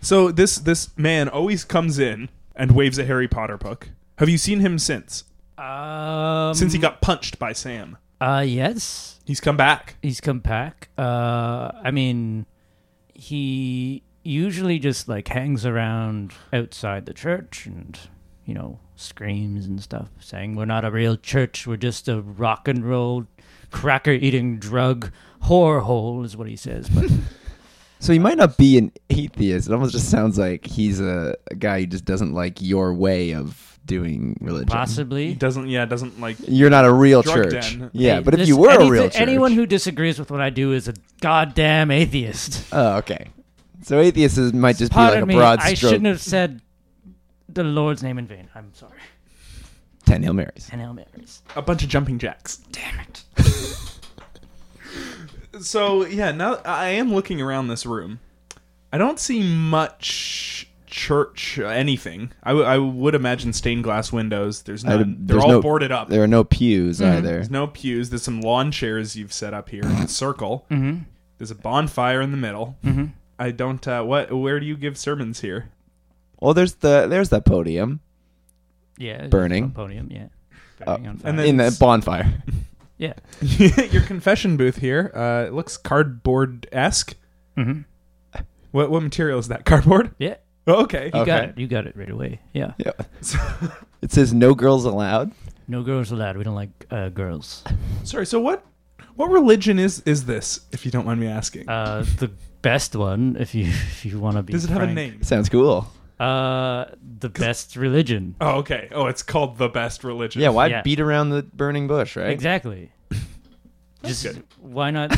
[SPEAKER 2] So this this man always comes in and waves a Harry Potter book. Have you seen him since?
[SPEAKER 4] Um,
[SPEAKER 2] Since he got punched by Sam.
[SPEAKER 4] Uh, yes.
[SPEAKER 2] He's come back.
[SPEAKER 4] He's come back. Uh, I mean, he usually just like hangs around outside the church and you know screams and stuff, saying we're not a real church, we're just a rock and roll cracker eating drug whore hole is what he says. But
[SPEAKER 3] So he might not be an atheist. It almost just sounds like he's a, a guy who just doesn't like your way of doing religion.
[SPEAKER 2] He
[SPEAKER 4] possibly.
[SPEAKER 2] doesn't yeah, doesn't like
[SPEAKER 3] You're not a real
[SPEAKER 2] Drug
[SPEAKER 3] church.
[SPEAKER 2] den.
[SPEAKER 3] Yeah,
[SPEAKER 4] Hey,
[SPEAKER 3] but if
[SPEAKER 4] this-
[SPEAKER 3] you were a
[SPEAKER 4] anyth-
[SPEAKER 3] real church.
[SPEAKER 4] anyone who disagrees with what I do is a goddamn atheist.
[SPEAKER 3] Oh, okay. So atheists is, might just
[SPEAKER 4] Pardon
[SPEAKER 3] be like a broad
[SPEAKER 4] me, I
[SPEAKER 3] stroke.
[SPEAKER 4] shouldn't have said the Lord's name in vain. I'm sorry.
[SPEAKER 3] Ten Hail Marys.
[SPEAKER 4] And Hail Marys.
[SPEAKER 2] a bunch of jumping jacks.
[SPEAKER 4] Damn it.
[SPEAKER 2] So yeah, now I am looking around this room. I don't see much church uh, anything. I, w- I would imagine stained glass windows. There's
[SPEAKER 3] I-
[SPEAKER 2] none. They're
[SPEAKER 3] there's
[SPEAKER 2] all
[SPEAKER 3] no-
[SPEAKER 2] boarded up.
[SPEAKER 3] There are no pews
[SPEAKER 4] Hmm.
[SPEAKER 3] either.
[SPEAKER 2] There's no pews. There's some lawn chairs you've set up here in a circle. There's a bonfire in the middle. I don't. Uh, what? Where do you give sermons here?
[SPEAKER 3] Oh, there's the there's that podium
[SPEAKER 4] Yeah.
[SPEAKER 3] Burning.
[SPEAKER 4] Podium. Yeah.
[SPEAKER 3] Uh,
[SPEAKER 4] Burning on fire.
[SPEAKER 2] and then-
[SPEAKER 3] in the bonfire.
[SPEAKER 4] yeah.
[SPEAKER 2] Your confession booth here. Uh, it looks cardboard esque.
[SPEAKER 4] hmm
[SPEAKER 2] What what material is that? Cardboard.
[SPEAKER 4] Yeah. Uh,
[SPEAKER 2] Oh, okay.
[SPEAKER 4] You got
[SPEAKER 3] Okay.
[SPEAKER 4] it. You got it right away. Yeah.
[SPEAKER 3] yeah. It says no girls allowed.
[SPEAKER 4] No girls allowed. We don't like uh, girls.
[SPEAKER 2] Sorry. So what what religion is is this? If you don't mind me asking,
[SPEAKER 4] Uh, the best one, if you if you want to be.
[SPEAKER 2] does it have a
[SPEAKER 4] frank.
[SPEAKER 2] name?
[SPEAKER 3] Sounds cool.
[SPEAKER 4] Uh, the best religion.
[SPEAKER 2] Oh, okay. Oh, it's called the best religion.
[SPEAKER 3] Yeah, why
[SPEAKER 4] Yeah.
[SPEAKER 3] beat around the burning bush, right?
[SPEAKER 4] Exactly. just
[SPEAKER 2] good.
[SPEAKER 4] why not?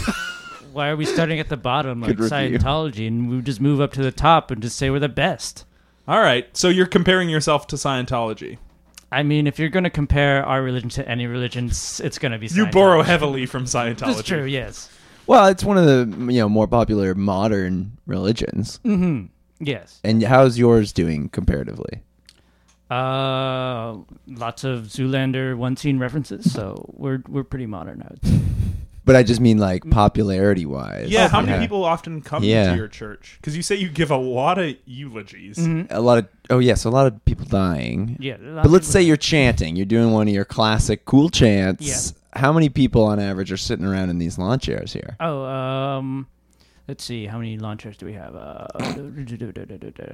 [SPEAKER 4] why are we starting at the bottom like
[SPEAKER 3] Good review.
[SPEAKER 4] Scientology and we just move up to the top and just say we're the best?
[SPEAKER 2] All right. So you're comparing yourself to Scientology.
[SPEAKER 4] I mean, if you're going to compare our religion to any religion, s- it's going to be
[SPEAKER 2] You
[SPEAKER 4] Scientology.
[SPEAKER 2] borrow heavily from Scientology.
[SPEAKER 4] That's true. Yes.
[SPEAKER 3] Well, it's one of the you know more popular modern religions.
[SPEAKER 4] hmm Yes.
[SPEAKER 3] And how's yours doing comparatively?
[SPEAKER 4] Uh, lots of Zoolander one scene references, so we're we're pretty modern. I would say.
[SPEAKER 3] But I just mean like popularity wise.
[SPEAKER 2] Mm. Yeah, how many people often come
[SPEAKER 3] Yeah.
[SPEAKER 2] to your church? Because you say you give a lot of eulogies.
[SPEAKER 4] Mm.
[SPEAKER 3] A lot of oh yes, a lot of people dying.
[SPEAKER 4] Yeah.
[SPEAKER 3] But let's say you're chanting. You're doing one of your classic cool chants.
[SPEAKER 4] Yeah.
[SPEAKER 3] How many people on average are sitting around in these lawn chairs here?
[SPEAKER 2] Uh,
[SPEAKER 4] Oh, um, let's see. How many launchers do we have? Uh,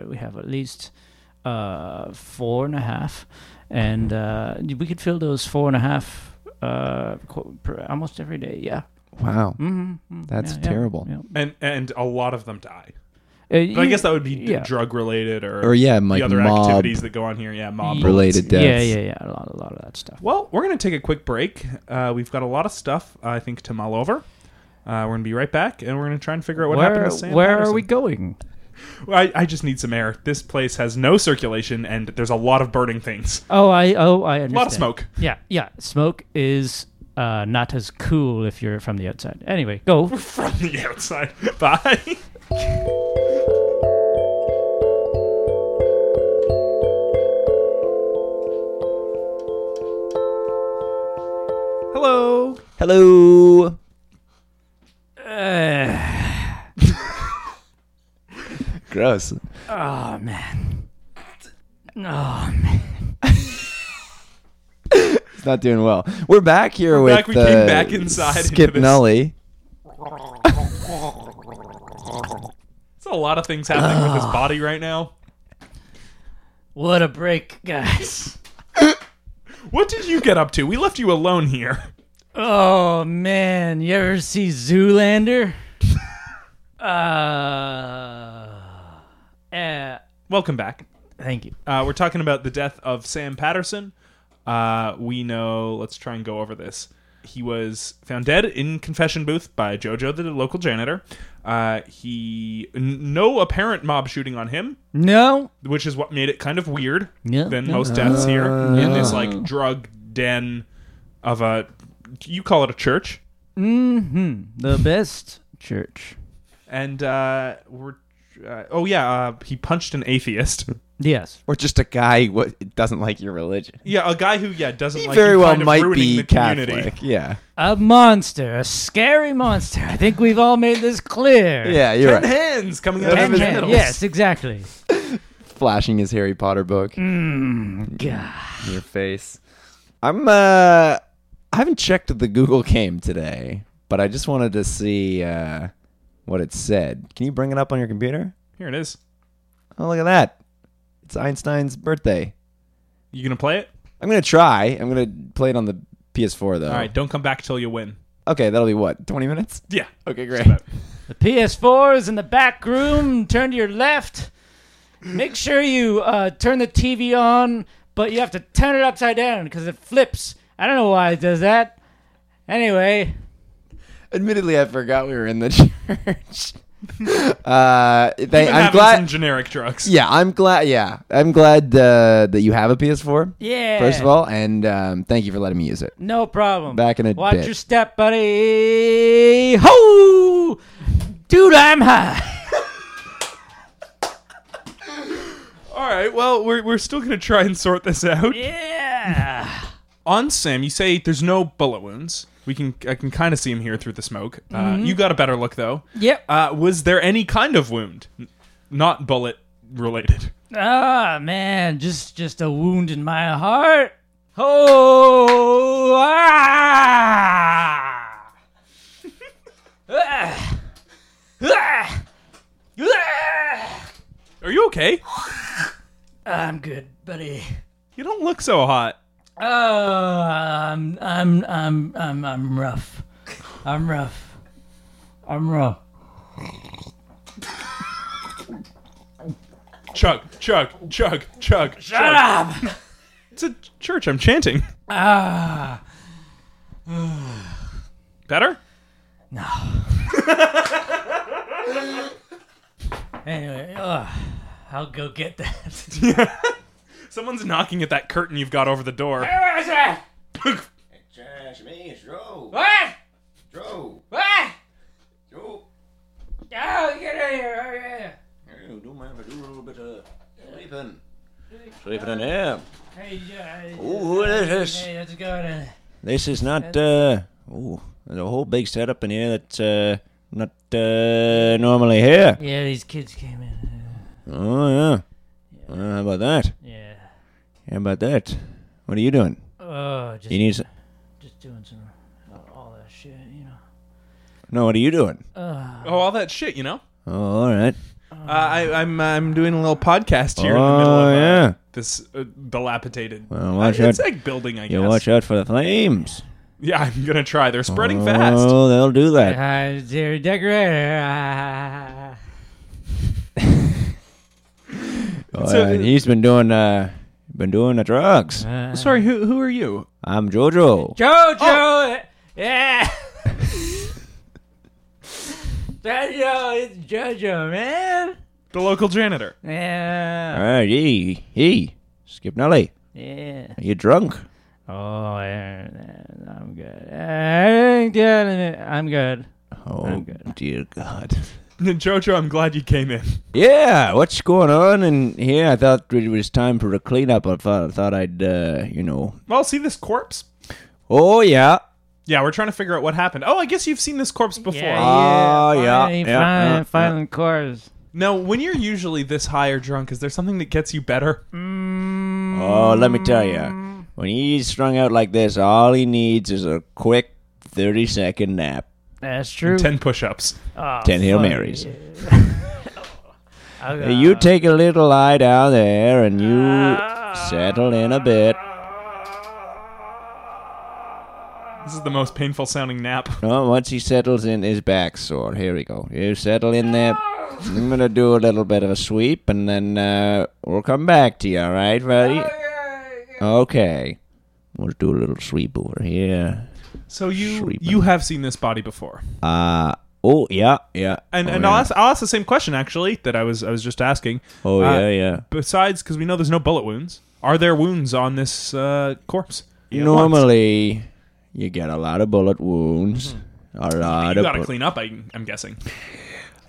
[SPEAKER 4] we have at least uh, four and a half, and uh, we could fill those four and a half uh, qu- per, almost every day. Yeah.
[SPEAKER 3] Wow.
[SPEAKER 4] Mm-hmm.
[SPEAKER 3] That's terrible.
[SPEAKER 2] And and a lot of them die.
[SPEAKER 4] Uh,
[SPEAKER 2] But I
[SPEAKER 4] you-
[SPEAKER 2] guess that would be
[SPEAKER 4] yeah.
[SPEAKER 2] drug related or,
[SPEAKER 3] Or yeah, like
[SPEAKER 2] the other
[SPEAKER 3] mob
[SPEAKER 2] activities that go on here. Yeah, mob.
[SPEAKER 4] Really?
[SPEAKER 3] related deaths.
[SPEAKER 4] Yeah, yeah, yeah. A lot, a lot of that stuff.
[SPEAKER 2] Well, we're going to take a quick break. Uh, we've got a lot of stuff, I think, to mull over. Uh, we're going to be right back and we're going to try and figure out what
[SPEAKER 4] where
[SPEAKER 2] happened to Sam.
[SPEAKER 4] where
[SPEAKER 2] Patterson.
[SPEAKER 4] are we going?
[SPEAKER 2] I, I just need some air. This place has no circulation and there's a lot of burning things.
[SPEAKER 4] Oh, I oh I understand.
[SPEAKER 2] A lot of smoke.
[SPEAKER 4] Yeah, yeah. Smoke is uh, not as cool if you're from the outside. Anyway, go.
[SPEAKER 2] From the outside. Bye. Hello.
[SPEAKER 3] Hello.
[SPEAKER 4] Uh,
[SPEAKER 3] Gross.
[SPEAKER 4] oh man. Oh man.
[SPEAKER 3] It's not doing well. We're back here with
[SPEAKER 2] back. We came
[SPEAKER 3] uh,
[SPEAKER 2] back inside into
[SPEAKER 3] Skip
[SPEAKER 2] this.
[SPEAKER 3] Nully.
[SPEAKER 2] It's a lot of things happening with
[SPEAKER 3] Ah.
[SPEAKER 2] his body right now.
[SPEAKER 4] What a break, guys.
[SPEAKER 2] What did you get up to? We left you alone here.
[SPEAKER 4] Oh man, you ever see Zoolander? uh, uh,
[SPEAKER 2] Welcome back.
[SPEAKER 4] thank you.
[SPEAKER 2] Uh, we're talking about the death of Sam Patterson. Uh, we know. Let's try and go over this. He was found dead in confession booth by Jojo, the local janitor. Uh, he n- no apparent mob shooting on him,
[SPEAKER 4] No,
[SPEAKER 2] which is what made it kind of weird
[SPEAKER 4] Yeah.
[SPEAKER 2] than
[SPEAKER 4] Yeah.
[SPEAKER 2] most deaths here in this like drug den of a you call it a church.
[SPEAKER 4] mm-hmm. the best church.
[SPEAKER 2] And uh, we're uh, oh yeah, uh, he punched an atheist.
[SPEAKER 4] Yes,
[SPEAKER 3] Or just a guy who wa- doesn't like your religion.
[SPEAKER 2] yeah, a guy who yeah doesn't
[SPEAKER 3] He
[SPEAKER 2] like
[SPEAKER 3] very
[SPEAKER 2] you,
[SPEAKER 3] well
[SPEAKER 2] kind of
[SPEAKER 3] might
[SPEAKER 2] ruining
[SPEAKER 3] be
[SPEAKER 2] the community.
[SPEAKER 3] Catholic. Yeah.
[SPEAKER 4] a monster, a scary monster. I think we've all made this clear.
[SPEAKER 3] Yeah, you're
[SPEAKER 2] Ten
[SPEAKER 3] right.
[SPEAKER 2] hands coming out of
[SPEAKER 4] Ten
[SPEAKER 2] his
[SPEAKER 4] hand-
[SPEAKER 2] genitals.
[SPEAKER 4] Yes, exactly.
[SPEAKER 3] Flashing his Harry Potter book
[SPEAKER 4] Hmm, God.
[SPEAKER 2] Mm.
[SPEAKER 3] in your face. I'm uh I haven't checked the Google game today, but I just wanted to see uh what it said. Can you bring it up on your computer?
[SPEAKER 2] Here it is.
[SPEAKER 3] Oh, look at that. It's Einstein's birthday.
[SPEAKER 2] You gonna play it?
[SPEAKER 3] I'm going to try. I'm going to play it on the PS4 though.
[SPEAKER 2] All right, don't come back till you win.
[SPEAKER 3] Okay, that'll be what? 20 minutes?
[SPEAKER 2] Yeah.
[SPEAKER 3] Okay,
[SPEAKER 2] Just
[SPEAKER 3] great.
[SPEAKER 2] about.
[SPEAKER 4] The PS4 is in the back room. Turn to your left. Make sure you uh, turn the TV on, but you have to turn it upside down because it flips. I don't know why it does that. Anyway,
[SPEAKER 3] Admittedly, I forgot we were in the church. uh, they,
[SPEAKER 2] Been
[SPEAKER 3] I'm
[SPEAKER 2] having
[SPEAKER 3] glad.
[SPEAKER 2] some generic drugs.
[SPEAKER 3] yeah, I'm glad. Yeah, I'm glad uh, that you have a PS4.
[SPEAKER 4] yeah.
[SPEAKER 3] First of all, and um, thank you for letting me use it.
[SPEAKER 4] no problem.
[SPEAKER 3] Back in a
[SPEAKER 4] Watch
[SPEAKER 3] bit.
[SPEAKER 4] your step, buddy. Ho! Dude, I'm high.
[SPEAKER 2] All right. Well, we're we're still gonna try and sort this out.
[SPEAKER 4] Yeah.
[SPEAKER 2] On Sam, you say there's no bullet wounds. We can I can kind of see him here through the smoke. Uh,
[SPEAKER 4] Mm-hmm.
[SPEAKER 2] You got a better look though.
[SPEAKER 4] yep.
[SPEAKER 2] Uh, was there any kind of wound? N- Not bullet related?
[SPEAKER 4] Ah man, just just a wound in my heart. Oh ah! Ah! Ah! Ah!
[SPEAKER 2] Are you okay?
[SPEAKER 4] I'm good, buddy.
[SPEAKER 2] You don't look so hot.
[SPEAKER 4] Oh, Ah, I'm I'm I'm I'm I'm rough. I'm rough. I'm rough.
[SPEAKER 2] Chug, chug, chug, chug. Shut
[SPEAKER 4] up!
[SPEAKER 2] It's a church. I'm chanting.
[SPEAKER 4] Ah,
[SPEAKER 2] Better?
[SPEAKER 4] no. anyway, ugh, I'll go get that.
[SPEAKER 2] Someone's knocking at that curtain you've got over the door.
[SPEAKER 4] Where is that?
[SPEAKER 5] Trash man, Joe.
[SPEAKER 4] What?
[SPEAKER 5] Joe.
[SPEAKER 4] What?
[SPEAKER 5] Joe.
[SPEAKER 4] Oh, Ah! get out of here!
[SPEAKER 5] Hey, don't mind if I do a little bit of sleeping. Sleeping in there.
[SPEAKER 4] Hey, yeah.
[SPEAKER 5] Ooh, what is this?
[SPEAKER 4] Hey, let's go to.
[SPEAKER 5] This is not, uh, ooh, there's a whole big setup in here that's, uh, not, uh, normally here.
[SPEAKER 4] Yeah, these kids came in.
[SPEAKER 5] Oh, yeah. Uh, how about that?
[SPEAKER 4] Yeah.
[SPEAKER 5] How about that? What are you doing?
[SPEAKER 4] Oh, just
[SPEAKER 5] You need s
[SPEAKER 4] just doing some uh, all that shit, you know.
[SPEAKER 5] No, what are you doing?
[SPEAKER 2] Oh, all that shit, you know?
[SPEAKER 5] Oh, all right.
[SPEAKER 2] Uh, I, I'm I'm doing a little podcast here in the middle
[SPEAKER 5] Oh,
[SPEAKER 2] of uh,
[SPEAKER 5] yeah.
[SPEAKER 2] this uh, dilapidated.
[SPEAKER 5] Well, watch
[SPEAKER 2] uh, it's
[SPEAKER 5] out.
[SPEAKER 2] egg building, I guess.
[SPEAKER 5] You watch out for the flames.
[SPEAKER 2] Yeah, I'm gonna try. They're spreading fast.
[SPEAKER 5] Oh, they'll do that.
[SPEAKER 4] Hi, dear decorator. Ah.
[SPEAKER 5] Oh,
[SPEAKER 2] So-
[SPEAKER 5] yeah, and he's been doing, uh, been doing the drugs.
[SPEAKER 4] Uh,
[SPEAKER 2] Sorry, who who are you?
[SPEAKER 5] I'm Jojo.
[SPEAKER 4] Jojo. Yeah. Jojo, it's Jojo, man.
[SPEAKER 2] The local janitor.
[SPEAKER 5] All
[SPEAKER 4] Yeah.
[SPEAKER 5] right, hey, hey, Skip Nelly,
[SPEAKER 4] Yeah.
[SPEAKER 5] are you drunk?
[SPEAKER 4] Oh, yeah, yeah, I'm good. I'm good. I'm good.
[SPEAKER 5] Oh,
[SPEAKER 4] I'm good.
[SPEAKER 5] dear God.
[SPEAKER 2] Jojo, I'm glad you came in.
[SPEAKER 5] Yeah, what's going on in here? I thought it was time for a cleanup. I thought, I thought I'd, uh, you know.
[SPEAKER 2] Well, see this corpse?
[SPEAKER 5] Oh, yeah.
[SPEAKER 2] Yeah, we're trying to figure out what happened. Oh, I guess you've seen this corpse before.
[SPEAKER 5] Oh, yeah,
[SPEAKER 4] Finally,
[SPEAKER 5] yeah,
[SPEAKER 4] finally,
[SPEAKER 5] yeah,
[SPEAKER 4] finally, chorus.
[SPEAKER 2] Now, when you're usually this high or drunk, is there something that gets you better?
[SPEAKER 5] Oh, let me tell you. When he's strung out like this, all he needs is a quick 30 second nap.
[SPEAKER 4] That's true.
[SPEAKER 2] Ten push-ups.
[SPEAKER 4] Oh,
[SPEAKER 5] 10 Hail
[SPEAKER 4] fuck
[SPEAKER 5] Marys.
[SPEAKER 4] yeah. I'll go.
[SPEAKER 5] You take a little lie down there and you
[SPEAKER 4] Ah.
[SPEAKER 5] settle in a bit.
[SPEAKER 2] This is the most painful sounding nap.
[SPEAKER 5] Oh, once he settles in his back sore, here we go. You settle in there. I'm gonna do a little bit of a sweep, and then uh, we'll come back to you. All right, buddy? Okay. We'll do a little sweep over here.
[SPEAKER 2] So you
[SPEAKER 5] Sleeping.
[SPEAKER 2] you have seen this body before,
[SPEAKER 5] Uh oh yeah, yeah.
[SPEAKER 2] and
[SPEAKER 5] oh,
[SPEAKER 2] and
[SPEAKER 5] yeah.
[SPEAKER 2] I'll, ask, I'll ask the same question actually that I was I was just asking.
[SPEAKER 5] Oh
[SPEAKER 2] uh,
[SPEAKER 5] yeah, yeah.
[SPEAKER 2] Besides, because we know there's no bullet wounds, are there wounds on this uh, corpse? Yeah, once.
[SPEAKER 5] Normally, you get a lot of bullet wounds. A lot
[SPEAKER 2] Mm-hmm. you
[SPEAKER 5] of.
[SPEAKER 2] gotta
[SPEAKER 5] bu-
[SPEAKER 2] clean up. I, I'm guessing.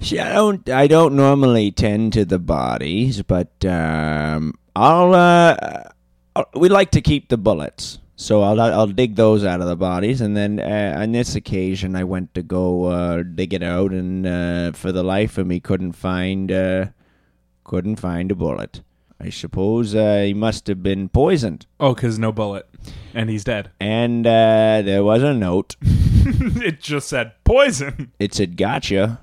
[SPEAKER 5] See, I don't. I don't normally tend to the bodies, but um, I'll. Uh, uh, we like to keep the bullets, so I'll I'll dig those out of the bodies, and then uh, on this occasion, I went to go uh, dig it out, and uh, for the life of me, couldn't find uh, couldn't find a bullet. I suppose uh, he must have been poisoned,
[SPEAKER 2] Oh, because no bullet, and he's dead.
[SPEAKER 5] and uh, there was a note.
[SPEAKER 2] it just said poison.
[SPEAKER 5] It said gotcha,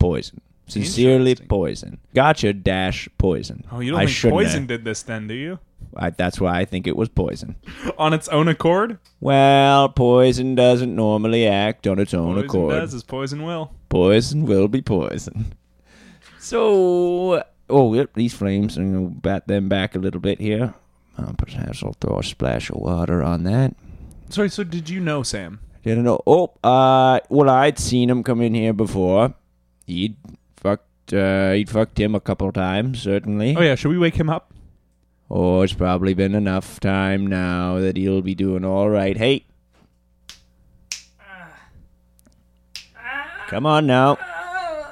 [SPEAKER 5] poison. Sincerely,
[SPEAKER 2] Interesting.
[SPEAKER 5] poison. Gotcha dash poison.
[SPEAKER 2] Oh, you don't
[SPEAKER 5] I
[SPEAKER 2] think
[SPEAKER 5] shouldn't
[SPEAKER 2] poison
[SPEAKER 5] have-
[SPEAKER 2] did this then, do you?
[SPEAKER 5] I, that's why I think it was poison.
[SPEAKER 2] On its own accord.
[SPEAKER 5] Well, poison doesn't normally act on its own
[SPEAKER 2] poison
[SPEAKER 5] accord.
[SPEAKER 2] does as poison will.
[SPEAKER 5] Poison will be poison. So, oh, yep, these flames. I'm gonna bat them back a little bit here. Uh, perhaps I'll throw a splash of water on that.
[SPEAKER 2] Sorry. So did you know, Sam?
[SPEAKER 5] Didn't know. Oh, uh, well, I'd seen him come in here before. He'd fucked. Uh, he'd fucked him a couple times, certainly.
[SPEAKER 2] Oh yeah. Should we wake him up?
[SPEAKER 5] Oh, it's probably been enough time now that he'll be doing all right. Hey. Come on now.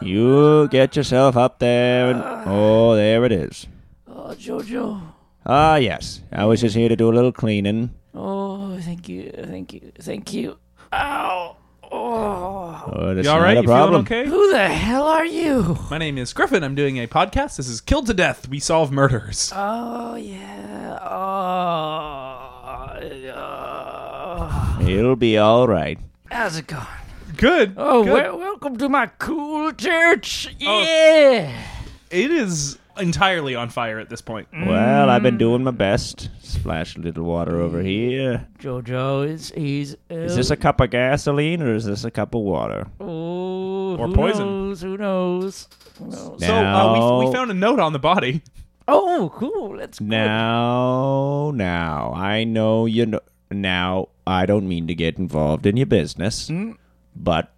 [SPEAKER 5] You get yourself up there. And, oh, there it is.
[SPEAKER 4] Oh, Jojo.
[SPEAKER 5] Ah, yes. I was just here to do a little cleaning.
[SPEAKER 4] Oh, thank you, thank you, thank you. Ow. Oh,
[SPEAKER 5] Oh, that's
[SPEAKER 2] You all right? You
[SPEAKER 5] Oh, Not a
[SPEAKER 2] feeling
[SPEAKER 5] problem.
[SPEAKER 2] okay?
[SPEAKER 4] Who the hell are you?
[SPEAKER 2] My name is Griffin. I'm doing a podcast. This is Killed to Death. We solve murders.
[SPEAKER 4] Oh yeah. Oh.
[SPEAKER 5] It'll be all right.
[SPEAKER 4] How's it going?
[SPEAKER 2] Good.
[SPEAKER 4] Oh,
[SPEAKER 2] Good.
[SPEAKER 4] wel- welcome to my cool church.
[SPEAKER 5] Oh.
[SPEAKER 4] Yeah.
[SPEAKER 2] it is entirely on fire at this point.
[SPEAKER 5] Well, I've
[SPEAKER 2] Mm.
[SPEAKER 5] been doing my best. Splash a little water over here.
[SPEAKER 4] Jojo is he's
[SPEAKER 5] Is this a cup of gasoline or is this a cup of water?
[SPEAKER 4] oh,
[SPEAKER 2] Or
[SPEAKER 4] who
[SPEAKER 2] poison.
[SPEAKER 4] Knows, who knows? Who knows?
[SPEAKER 2] So uh, we,
[SPEAKER 5] Now-
[SPEAKER 2] we found a note on the body.
[SPEAKER 4] Oh, cool. Let's go.
[SPEAKER 5] Now, now, I know you know. Now, I don't mean to get involved in your business, but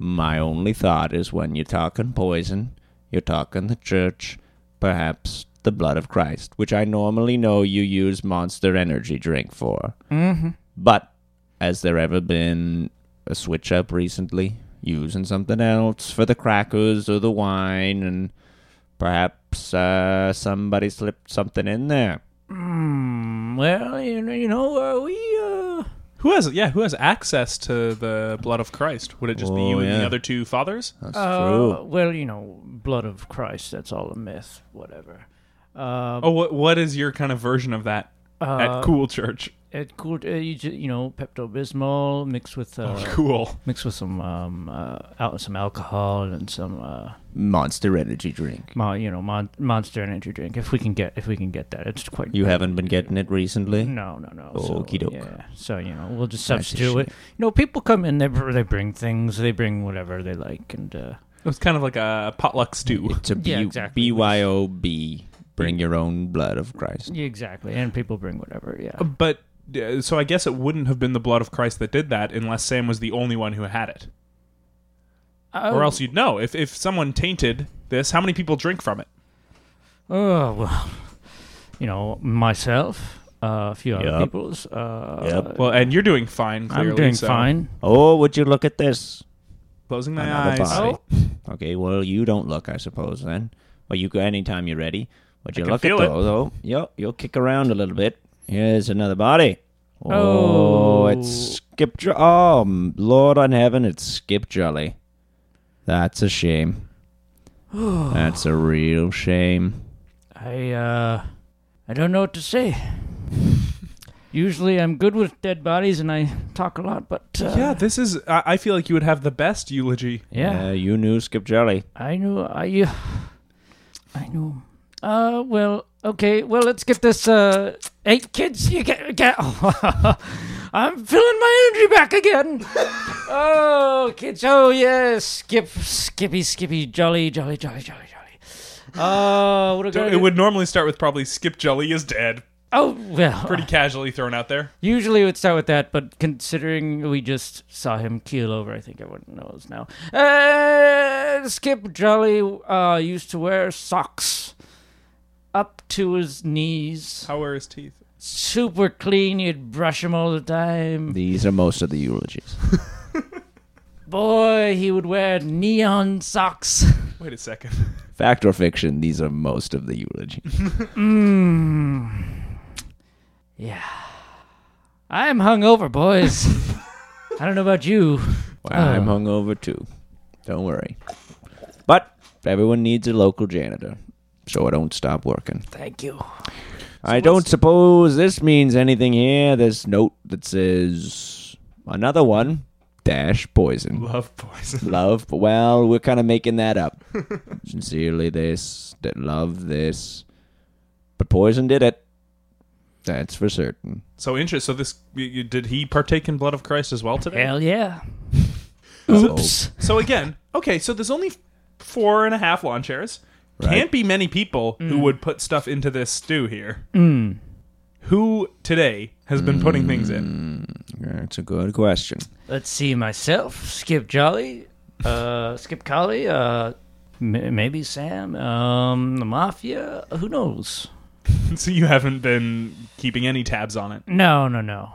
[SPEAKER 5] my only thought is when you're talking poison, you're talking the church, perhaps the blood of Christ, which I normally know you use monster energy drink for. Mm-hmm. But has there ever been a switch up recently? Using something else for the crackers or the wine and Perhaps uh, somebody slipped something in there.
[SPEAKER 4] Mm, Well, you know, you know uh, we uh,
[SPEAKER 2] Who has yeah? Who has access to the blood of Christ? Would it just be
[SPEAKER 5] Oh,
[SPEAKER 2] you and the
[SPEAKER 5] yeah.
[SPEAKER 2] other two fathers?
[SPEAKER 5] That's
[SPEAKER 4] uh,
[SPEAKER 5] true.
[SPEAKER 4] well, you know, blood of Christ. That's all a myth. Whatever. Uh,
[SPEAKER 2] Oh, what what is your kind of version of that
[SPEAKER 5] Oh,
[SPEAKER 2] at Cool Church?
[SPEAKER 4] It could, uh, you, ju- you know, Pepto Bismol mixed with uh,
[SPEAKER 5] Oh.
[SPEAKER 2] Cool.
[SPEAKER 4] mixed with some um, uh, out some alcohol and some uh,
[SPEAKER 5] Monster energy drink.
[SPEAKER 4] mo- you know mon- monster energy drink. If we can get if we can get that, it's quite.
[SPEAKER 5] You haven't been getting it recently?
[SPEAKER 4] No, no, no.
[SPEAKER 5] Okie
[SPEAKER 4] so,
[SPEAKER 5] doke.
[SPEAKER 4] yeah. so you know, we'll just
[SPEAKER 5] That's a
[SPEAKER 4] substitute it. You know, people come in, they br- they bring things, they bring whatever they like, and uh,
[SPEAKER 2] It was kind of like a potluck stew.
[SPEAKER 5] It's a B-
[SPEAKER 4] Yeah, exactly.
[SPEAKER 5] BYOB. Bring your own blood of Christ.
[SPEAKER 4] yeah, exactly. And people bring whatever. Yeah.
[SPEAKER 2] But uh, so I guess it wouldn't have been the blood of Christ that did that, unless Sam was the only one who had it,
[SPEAKER 4] Oh.
[SPEAKER 2] or else you'd know. If if someone tainted this, how many people drink from it?
[SPEAKER 4] Oh well, you know myself, uh, a few other
[SPEAKER 5] Yep.
[SPEAKER 4] people's. Uh,
[SPEAKER 5] Yep.
[SPEAKER 2] Well, and you're doing fine. Clearly,
[SPEAKER 4] I'm doing
[SPEAKER 2] so-
[SPEAKER 4] fine.
[SPEAKER 5] Oh, would you look at this?
[SPEAKER 2] Closing my
[SPEAKER 5] Another
[SPEAKER 2] eyes.
[SPEAKER 5] body. Okay, well, you don't look, I suppose, then. Well, you go anytime you're ready. Would you
[SPEAKER 2] can
[SPEAKER 5] look at
[SPEAKER 2] feel it.
[SPEAKER 5] those? Oh, yo, you'll kick around a little bit. Here's another body.
[SPEAKER 4] Oh.
[SPEAKER 5] Oh, it's Skip Jolly. Oh, m- Lord on heaven, it's Skip Jolly. That's a shame. That's a real shame.
[SPEAKER 4] I uh, I don't know what to say. Usually I'm good with dead bodies and I talk a lot, but uh,
[SPEAKER 2] Yeah, this is. I, I feel like you would have the best eulogy.
[SPEAKER 4] yeah,
[SPEAKER 5] Uh, you knew Skip Jolly.
[SPEAKER 4] I knew I I knew. Uh, well, okay, well let's get this. Uh, hey kids, you get get. I'm filling my energy back again. oh, kids! Oh yes, skip, skippy, skippy, jolly, jolly, jolly, jolly, jolly. Oh, what a
[SPEAKER 2] So
[SPEAKER 4] good.
[SPEAKER 2] it would normally start with probably Skip Jelly is dead.
[SPEAKER 4] Oh well.
[SPEAKER 2] Pretty casually thrown out there.
[SPEAKER 4] Usually it would start with that, but considering we just saw him keel over, I think everyone knows now. Uh, Skip Jolly uh, used to wear socks up to his knees.
[SPEAKER 2] How are his teeth?
[SPEAKER 4] Super clean, you'd brush him all the time.
[SPEAKER 5] These are most of the eulogies.
[SPEAKER 4] Boy, he would wear neon socks.
[SPEAKER 2] Wait a second.
[SPEAKER 5] Fact or fiction, these are most of the eulogies.
[SPEAKER 4] Yeah. I'm hungover, boys. I don't know about you.
[SPEAKER 5] I'm hungover too. Don't worry. But everyone needs a local janitor, so I don't stop working.
[SPEAKER 4] Thank you.
[SPEAKER 5] I don't suppose this means anything here. This note that says another one dash poison.
[SPEAKER 2] Love poison.
[SPEAKER 5] Love, well, we're kind of making that up. Sincerely, this that love this, but poison did it. That's for certain.
[SPEAKER 2] So interest. So this you, you, did he partake in blood of Christ as well today?
[SPEAKER 4] Hell yeah.
[SPEAKER 5] So-
[SPEAKER 4] Oops.
[SPEAKER 2] So again, okay. So there's only four and a half lawn chairs. Can't be many people who would put stuff into this stew here.
[SPEAKER 5] Mm.
[SPEAKER 2] Who today has been putting things in?
[SPEAKER 5] That's a good question.
[SPEAKER 4] Let's see myself, Skip Jolly, uh, Skip Collie, uh, m- maybe Sam, um, the Mafia. Who knows?
[SPEAKER 5] Mm.
[SPEAKER 2] so you haven't been keeping any tabs on it.
[SPEAKER 4] No, no, no.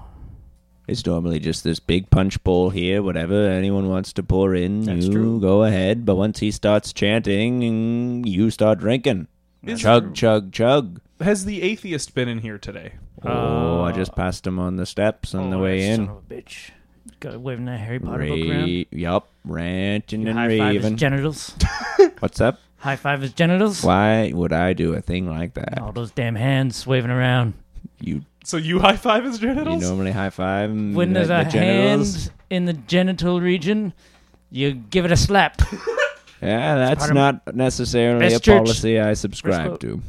[SPEAKER 5] It's normally just this big punch bowl here. Whatever anyone wants to pour in,
[SPEAKER 4] That's
[SPEAKER 5] you
[SPEAKER 4] true.
[SPEAKER 5] go ahead. But once he starts chanting, you start drinking.
[SPEAKER 2] Is-
[SPEAKER 5] chug, chug, chug.
[SPEAKER 2] Has the atheist been in here today?
[SPEAKER 5] Oh, I just passed him on the steps on the
[SPEAKER 4] Uh, Oh,
[SPEAKER 5] way
[SPEAKER 4] that Son
[SPEAKER 5] in.
[SPEAKER 4] of a bitch. Go waving that Harry Potter book
[SPEAKER 5] Ra-
[SPEAKER 4] around.
[SPEAKER 5] yup, ranting and
[SPEAKER 4] High five his
[SPEAKER 5] raving.
[SPEAKER 4] genitals.
[SPEAKER 5] What's up?
[SPEAKER 4] High five his genitals.
[SPEAKER 5] Why would I do a thing like that?
[SPEAKER 4] All those damn hands waving around.
[SPEAKER 5] You
[SPEAKER 2] So you high five his
[SPEAKER 5] you
[SPEAKER 2] genitals?
[SPEAKER 5] normally high five and
[SPEAKER 4] When
[SPEAKER 5] the,
[SPEAKER 4] there's
[SPEAKER 5] the
[SPEAKER 4] a
[SPEAKER 5] genitals.
[SPEAKER 4] hand in the genital region, you give it a slap.
[SPEAKER 5] Yeah, that's
[SPEAKER 4] part of-
[SPEAKER 5] not necessarily a
[SPEAKER 4] Best church.
[SPEAKER 5] policy I subscribe
[SPEAKER 4] quote.
[SPEAKER 5] to.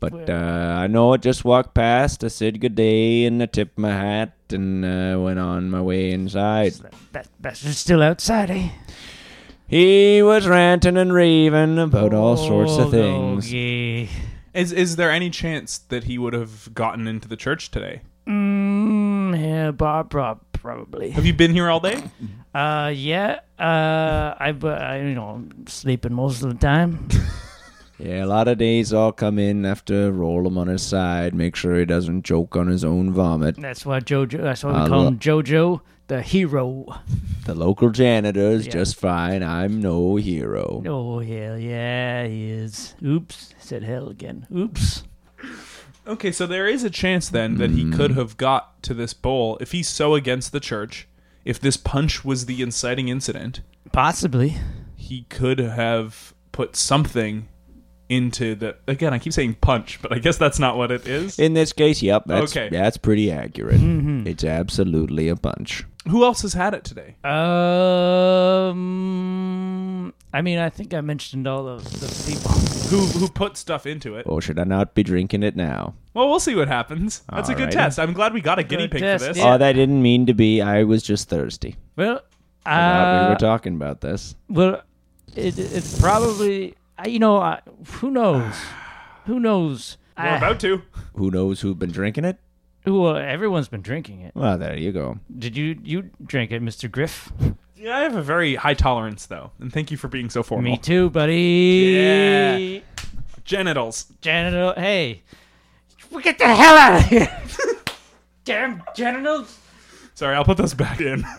[SPEAKER 5] But uh, I know it just walked past. I said good day and I tipped my hat and uh, went on my way inside.
[SPEAKER 4] That that bastard's still outside, eh?
[SPEAKER 5] He was ranting and raving about all sorts of
[SPEAKER 4] Oh,
[SPEAKER 5] things.
[SPEAKER 4] Gogi.
[SPEAKER 2] Is is there any chance that he would have gotten into the church today?
[SPEAKER 4] Mm, yeah, Barbara, probably.
[SPEAKER 2] Have you been here all day?
[SPEAKER 4] Uh, yeah. Uh, I, but I, you know, I'm sleeping most of the time.
[SPEAKER 5] Yeah, a lot of days I'll come in after roll him on his side, make sure he doesn't choke on his own vomit.
[SPEAKER 4] That's why Jojo. That's why we
[SPEAKER 5] I
[SPEAKER 4] call
[SPEAKER 5] lo-
[SPEAKER 4] him Jojo, the hero.
[SPEAKER 5] The local janitor is
[SPEAKER 4] Yeah.
[SPEAKER 5] just fine. I'm no hero.
[SPEAKER 4] Oh hell yeah, he is. Oops, said hell again. Oops.
[SPEAKER 2] Okay, so there is a chance then that he could have got to this bowl if he's so against the church. If this punch was the inciting incident,
[SPEAKER 4] Possibly.
[SPEAKER 2] he could have put something into the. Again, I keep saying punch, but I guess that's not what it is.
[SPEAKER 5] In this case, yep, that's
[SPEAKER 2] Okay.
[SPEAKER 5] that's pretty accurate.
[SPEAKER 4] Mm-hmm.
[SPEAKER 5] It's absolutely a punch.
[SPEAKER 2] Who else has had it today?
[SPEAKER 4] Um, I mean, I think I mentioned all of the people.
[SPEAKER 2] Who who put stuff into it?
[SPEAKER 5] Or should I not be drinking it now?
[SPEAKER 2] Well, we'll see what happens. That's a good
[SPEAKER 5] Alrighty.
[SPEAKER 2] test. I'm glad we got a guinea pig
[SPEAKER 4] test,
[SPEAKER 2] for this.
[SPEAKER 4] yeah.
[SPEAKER 5] Oh, that didn't mean to be. I was just thirsty.
[SPEAKER 4] Well,
[SPEAKER 5] I thought we
[SPEAKER 4] uh,
[SPEAKER 5] were talking about this.
[SPEAKER 4] well, it, it's probably I- you know I, who knows, who knows.
[SPEAKER 2] We're
[SPEAKER 4] I-
[SPEAKER 2] about to.
[SPEAKER 5] Who knows who's been drinking it?
[SPEAKER 4] well, everyone's been drinking it.
[SPEAKER 5] Well, there you go.
[SPEAKER 4] Did you you drink it, Mister Griff?
[SPEAKER 2] Yeah, I have a very high tolerance though, and thank you for being so formal.
[SPEAKER 4] Me too, buddy.
[SPEAKER 2] Genitals.
[SPEAKER 4] Genital. Hey, we get the hell out of here. Damn genitals.
[SPEAKER 2] Sorry, I'll put those back in.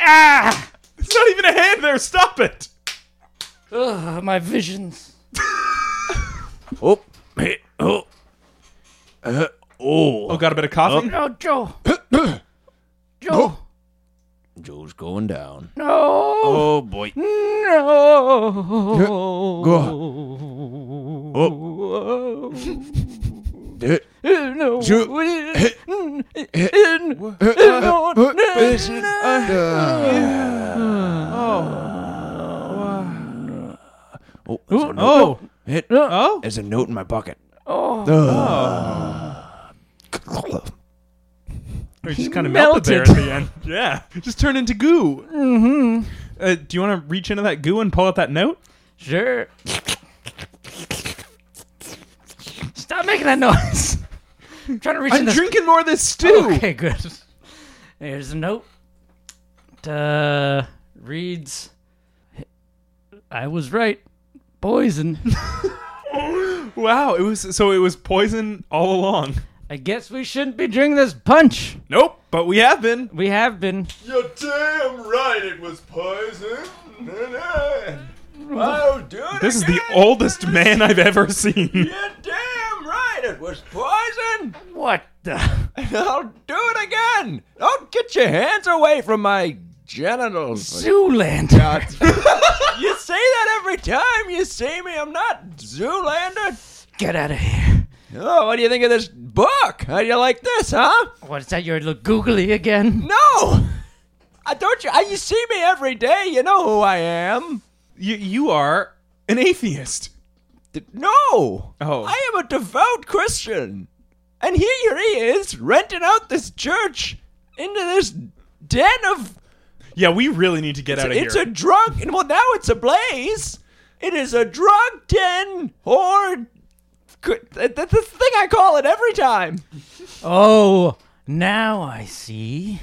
[SPEAKER 4] Ah,
[SPEAKER 2] It's not even a hand there. Stop it.
[SPEAKER 4] Ugh, my visions.
[SPEAKER 5] Oh,
[SPEAKER 2] Oh, got a bit of coughing.
[SPEAKER 4] No, Joe. Joe.
[SPEAKER 5] Joe's going down.
[SPEAKER 4] No. Oh boy. No. Go. Oh. no.
[SPEAKER 2] Oh,
[SPEAKER 4] Oh.
[SPEAKER 6] There's a note in my pocket.
[SPEAKER 4] oh.
[SPEAKER 2] it just kind of melted. there at
[SPEAKER 4] melted.
[SPEAKER 2] the end. Yeah, just turned into goo. Mm-hmm. Uh, do you want to reach into that goo and pull out that note?
[SPEAKER 4] Sure. Stop making that noise. I'm trying to reach in
[SPEAKER 2] I'm
[SPEAKER 4] the
[SPEAKER 2] drinking more of this stew.
[SPEAKER 4] Oh, Okay, good. There's a note. It, Uh, reads, I was right. Poison.
[SPEAKER 2] Wow, it was so it was poison all along.
[SPEAKER 4] I guess we shouldn't be drinking this punch.
[SPEAKER 2] Nope, but we have been.
[SPEAKER 4] We have been.
[SPEAKER 6] You're damn right it was poison. I'll do it
[SPEAKER 2] This is the oldest man I've ever seen.
[SPEAKER 6] You're damn right it was poison.
[SPEAKER 4] What the?
[SPEAKER 5] I'll do it again. Don't get your hands away from my genitals.
[SPEAKER 4] Zoolander.
[SPEAKER 5] you say that every time you see me. I'm not Zoolander.
[SPEAKER 4] Get out of here.
[SPEAKER 5] Oh, what do you think of this book? How do you like this, huh?
[SPEAKER 4] What is that? You're look googly again?
[SPEAKER 5] No. I don't you. uh, You see me every day. You know who I am.
[SPEAKER 2] You you are an atheist.
[SPEAKER 5] No.
[SPEAKER 2] Oh.
[SPEAKER 5] I am a devout Christian. And here he is renting out this church into this den of
[SPEAKER 2] Yeah, we really need to get out of
[SPEAKER 5] it's
[SPEAKER 2] here.
[SPEAKER 5] a drug and well now it's a blaze. It is a drug den whore that's the thing I call it every time.
[SPEAKER 4] Oh, now I see.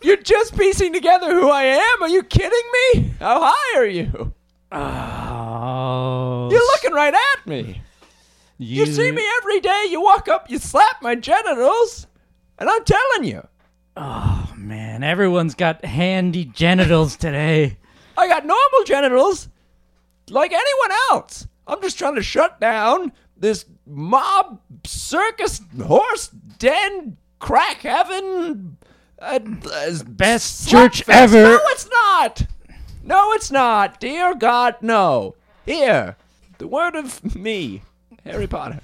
[SPEAKER 5] You're just piecing together who I am. Are you kidding me? How high are you?
[SPEAKER 4] Oh.
[SPEAKER 5] You're looking right at me. You see me every day. You walk up, you slap my genitals, and I'm telling you,
[SPEAKER 4] Man, everyone's got handy genitals today.
[SPEAKER 5] I got normal genitals like anyone else. I'm just trying to shut down this mob circus horse den crack heaven, uh, uh,
[SPEAKER 4] Best
[SPEAKER 5] slapfest.
[SPEAKER 4] church ever.
[SPEAKER 5] No, it's not. No, it's not. Dear God, no. Here, the word of me, Harry Potter.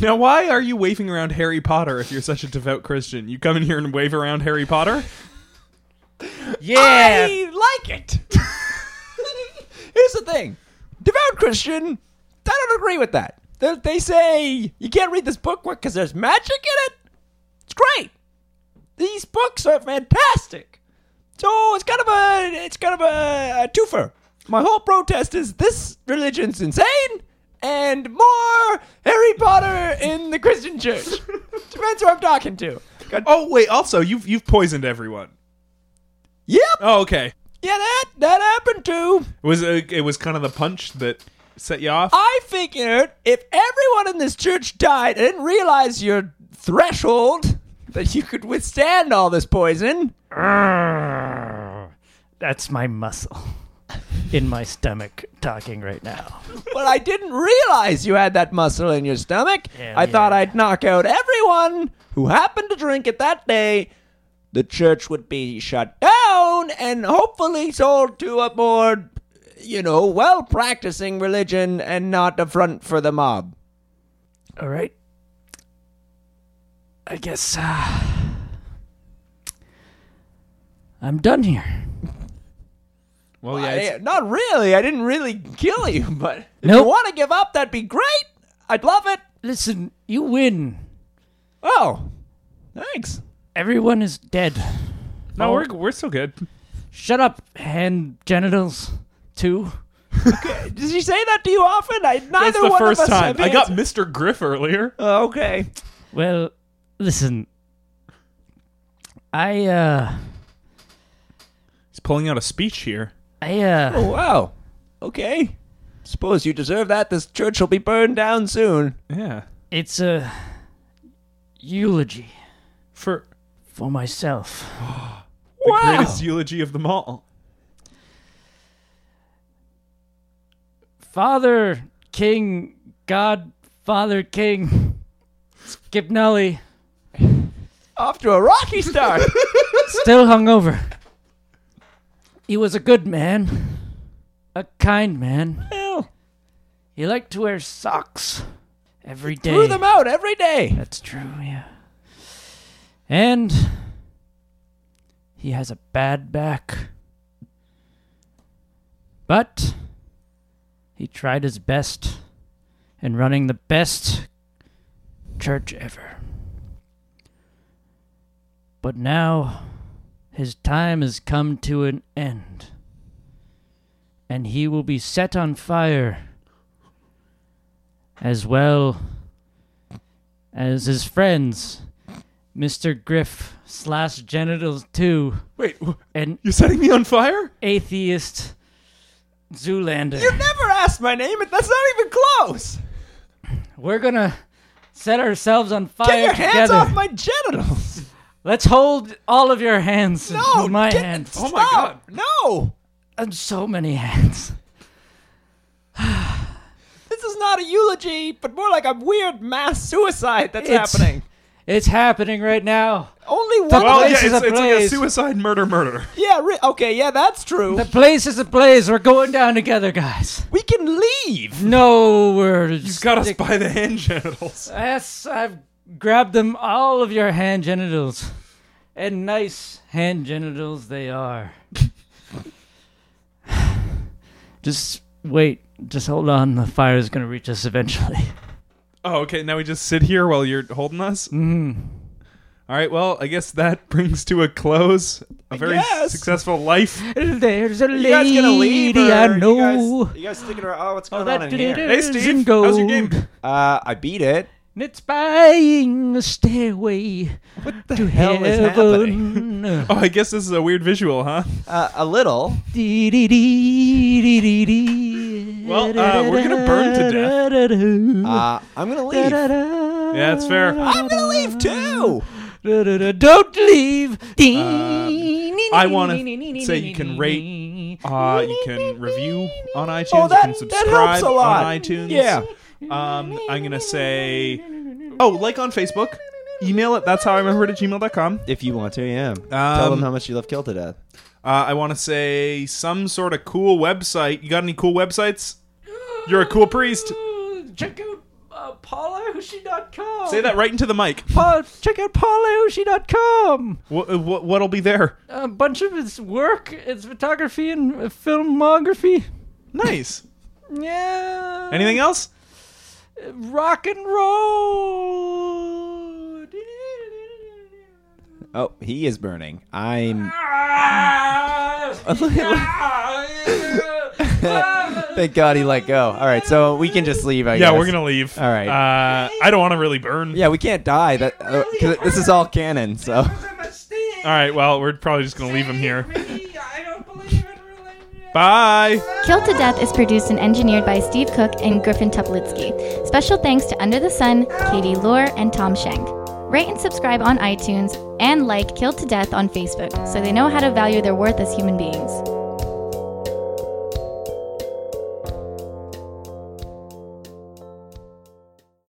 [SPEAKER 2] Now, why are you waving around Harry Potter if you're such a devout Christian? You come in here and wave around Harry Potter?
[SPEAKER 4] Yeah.
[SPEAKER 5] I like it. Here's the thing devout Christian, I don't agree with that. They, they say you can't read this book because there's magic in it. It's great. These books are fantastic. So it's kind of a it's kind of a, a twofer. My whole protest is this religion's insane and more Harry Potter in the Christian church. Depends who I'm talking to. God-
[SPEAKER 2] Oh, wait, also, you've, you've poisoned everyone.
[SPEAKER 5] Yep.
[SPEAKER 2] Oh, okay.
[SPEAKER 5] Yeah, that that happened too.
[SPEAKER 2] It was, uh, it was kind of the punch that set you off.
[SPEAKER 5] I figured if everyone in this church died, I didn't realize your threshold that you could withstand all this poison.
[SPEAKER 4] That's my muscle in my stomach talking right now.
[SPEAKER 5] But I didn't realize you had that muscle in your stomach.
[SPEAKER 4] Hell
[SPEAKER 5] I thought
[SPEAKER 4] yeah.
[SPEAKER 5] I'd knock out everyone who happened to drink it that day. The church would be shut down and hopefully sold to a more, you know, well practicing religion and not a front for the mob.
[SPEAKER 4] All right. I guess uh, I'm done here.
[SPEAKER 2] Well, yeah,
[SPEAKER 5] I-
[SPEAKER 2] it's,
[SPEAKER 5] Eh, not really. I didn't really kill you, but if
[SPEAKER 4] Nope.
[SPEAKER 5] you want to give up, that'd be great. I'd love it.
[SPEAKER 4] Listen, you win.
[SPEAKER 5] Oh, thanks.
[SPEAKER 4] Everyone is dead.
[SPEAKER 2] no, we're, we're still good.
[SPEAKER 4] Shut up, hand genitals. Two.
[SPEAKER 5] Does he say that to you often? I neither
[SPEAKER 2] That's the
[SPEAKER 5] one of
[SPEAKER 2] first
[SPEAKER 5] us
[SPEAKER 2] time.
[SPEAKER 5] have
[SPEAKER 2] I got
[SPEAKER 5] answered-
[SPEAKER 2] Mr. Griff earlier.
[SPEAKER 5] Oh, okay.
[SPEAKER 4] Well, listen. I uh
[SPEAKER 2] He's pulling out a speech here.
[SPEAKER 4] I uh
[SPEAKER 5] Oh wow. Okay. Suppose you deserve that. This church will be burned down soon.
[SPEAKER 2] Yeah.
[SPEAKER 4] it's a eulogy
[SPEAKER 2] For
[SPEAKER 4] for myself.
[SPEAKER 2] the greatest eulogy of them all.
[SPEAKER 4] Father King God Father King Skip Nelly
[SPEAKER 5] Off to a rocky start.
[SPEAKER 4] still hungover. He was a good man. A kind man.
[SPEAKER 5] Well,
[SPEAKER 4] He liked to wear socks every day.
[SPEAKER 5] Threw them out every day.
[SPEAKER 4] That's true, yeah. And he has a bad back. But he tried his best in running the best church ever. But now his time has come to an end. And he will be set on fire as well as his friends, Mr. Griff slash genitals two,
[SPEAKER 2] Wait, wh-
[SPEAKER 4] an
[SPEAKER 2] you're setting me on fire?
[SPEAKER 4] atheist Zoolander.
[SPEAKER 5] You never asked my name, and that's not even close.
[SPEAKER 4] We're gonna set ourselves on fire
[SPEAKER 5] Get your hands
[SPEAKER 4] together.
[SPEAKER 5] off my genitals.
[SPEAKER 4] Let's hold all of your hands.
[SPEAKER 5] No,
[SPEAKER 4] in my
[SPEAKER 5] get-
[SPEAKER 4] hands.
[SPEAKER 2] Oh my god.
[SPEAKER 5] Stop. No.
[SPEAKER 4] And so many hands.
[SPEAKER 5] This is not a eulogy, but more like a weird mass suicide that's
[SPEAKER 4] It's-
[SPEAKER 5] happening.
[SPEAKER 4] It's happening right now.
[SPEAKER 5] Only one.
[SPEAKER 4] Well,
[SPEAKER 2] Well,
[SPEAKER 4] place
[SPEAKER 2] yeah, it's,
[SPEAKER 4] is a
[SPEAKER 2] it's like a
[SPEAKER 4] blaze.
[SPEAKER 2] suicide murder murder.
[SPEAKER 5] yeah. Re- okay. Yeah, that's true.
[SPEAKER 4] The place is ablaze. We're going down together, guys.
[SPEAKER 5] we can leave.
[SPEAKER 4] No words.
[SPEAKER 2] He's got us by the hand genitals.
[SPEAKER 4] Yes, I've grabbed them, all of your hand genitals. And nice hand genitals they are. just wait. Just hold on. The fire is going to reach us eventually.
[SPEAKER 2] Oh, okay. Now we just sit here while you're holding us.
[SPEAKER 5] Mm. Mm-hmm.
[SPEAKER 2] All right. Well, I guess that brings to a close a very
[SPEAKER 5] guess.
[SPEAKER 2] successful life.
[SPEAKER 4] There's a
[SPEAKER 5] You guys
[SPEAKER 4] lady
[SPEAKER 5] gonna leave? or
[SPEAKER 4] I
[SPEAKER 5] you
[SPEAKER 4] know.
[SPEAKER 5] guys, you guys sticking around? Oh, what's
[SPEAKER 4] Oh,
[SPEAKER 5] going on
[SPEAKER 4] that
[SPEAKER 5] in here?
[SPEAKER 2] Hey,
[SPEAKER 4] glitters in
[SPEAKER 2] Steve. How's your game?
[SPEAKER 4] gold,
[SPEAKER 5] Uh, I beat it.
[SPEAKER 4] and It's buying a stairway
[SPEAKER 5] What the
[SPEAKER 4] to
[SPEAKER 5] hell is happening?
[SPEAKER 4] heaven.
[SPEAKER 2] Oh, I guess this is a weird visual, huh?
[SPEAKER 5] Uh, a little.
[SPEAKER 2] Well,
[SPEAKER 4] Well,
[SPEAKER 2] uh, we're gonna burn to
[SPEAKER 4] death.
[SPEAKER 5] Uh, I'm gonna leave.
[SPEAKER 2] Yeah, it's fair.
[SPEAKER 5] I'm gonna leave too.
[SPEAKER 4] Don't leave.
[SPEAKER 2] Uh, I wanna say you can rate, Uh, you can review on iTunes.
[SPEAKER 5] Oh, that-
[SPEAKER 2] you can
[SPEAKER 5] that
[SPEAKER 2] subscribe
[SPEAKER 5] helps a lot.
[SPEAKER 2] on iTunes.
[SPEAKER 5] Yeah.
[SPEAKER 2] Um, I'm gonna say, oh, like on Facebook. email it. That's how I remember it at gmail.com.
[SPEAKER 3] If you want to, yeah. Tell
[SPEAKER 2] Um,
[SPEAKER 3] them how much you love Kill to Death.
[SPEAKER 2] Uh, I want to say some sort of cool website. You got any cool websites? You're a cool priest.
[SPEAKER 4] Check out uh, PaulaHushi.com.
[SPEAKER 2] Say that right into the mic.
[SPEAKER 4] Pa- check out PaulaHushi.com.
[SPEAKER 2] What, what, what'll be there?
[SPEAKER 4] A bunch of his work, his photography and uh, filmography.
[SPEAKER 2] Nice.
[SPEAKER 4] Yeah.
[SPEAKER 2] Anything else?
[SPEAKER 4] Rock and roll.
[SPEAKER 3] Oh, he is burning. I'm. Thank God he let go. All right, so we can just leave. I
[SPEAKER 2] Yeah,
[SPEAKER 3] guess.
[SPEAKER 2] we're gonna leave.
[SPEAKER 3] All right.
[SPEAKER 2] Uh, I don't want to really burn.
[SPEAKER 3] Yeah, we can't die. That uh, 'cause this is all canon. So
[SPEAKER 2] All right. Well, we're probably just gonna leave him here. Bye.
[SPEAKER 7] Killed to Death is produced and engineered by Steve Cook and Griffin Tuplitsky. Special thanks to Under the Sun, Katie Lohr, and Tom Schenk. Rate and subscribe on iTunes and like Killed to Death on Facebook so they know how to value their worth as human beings.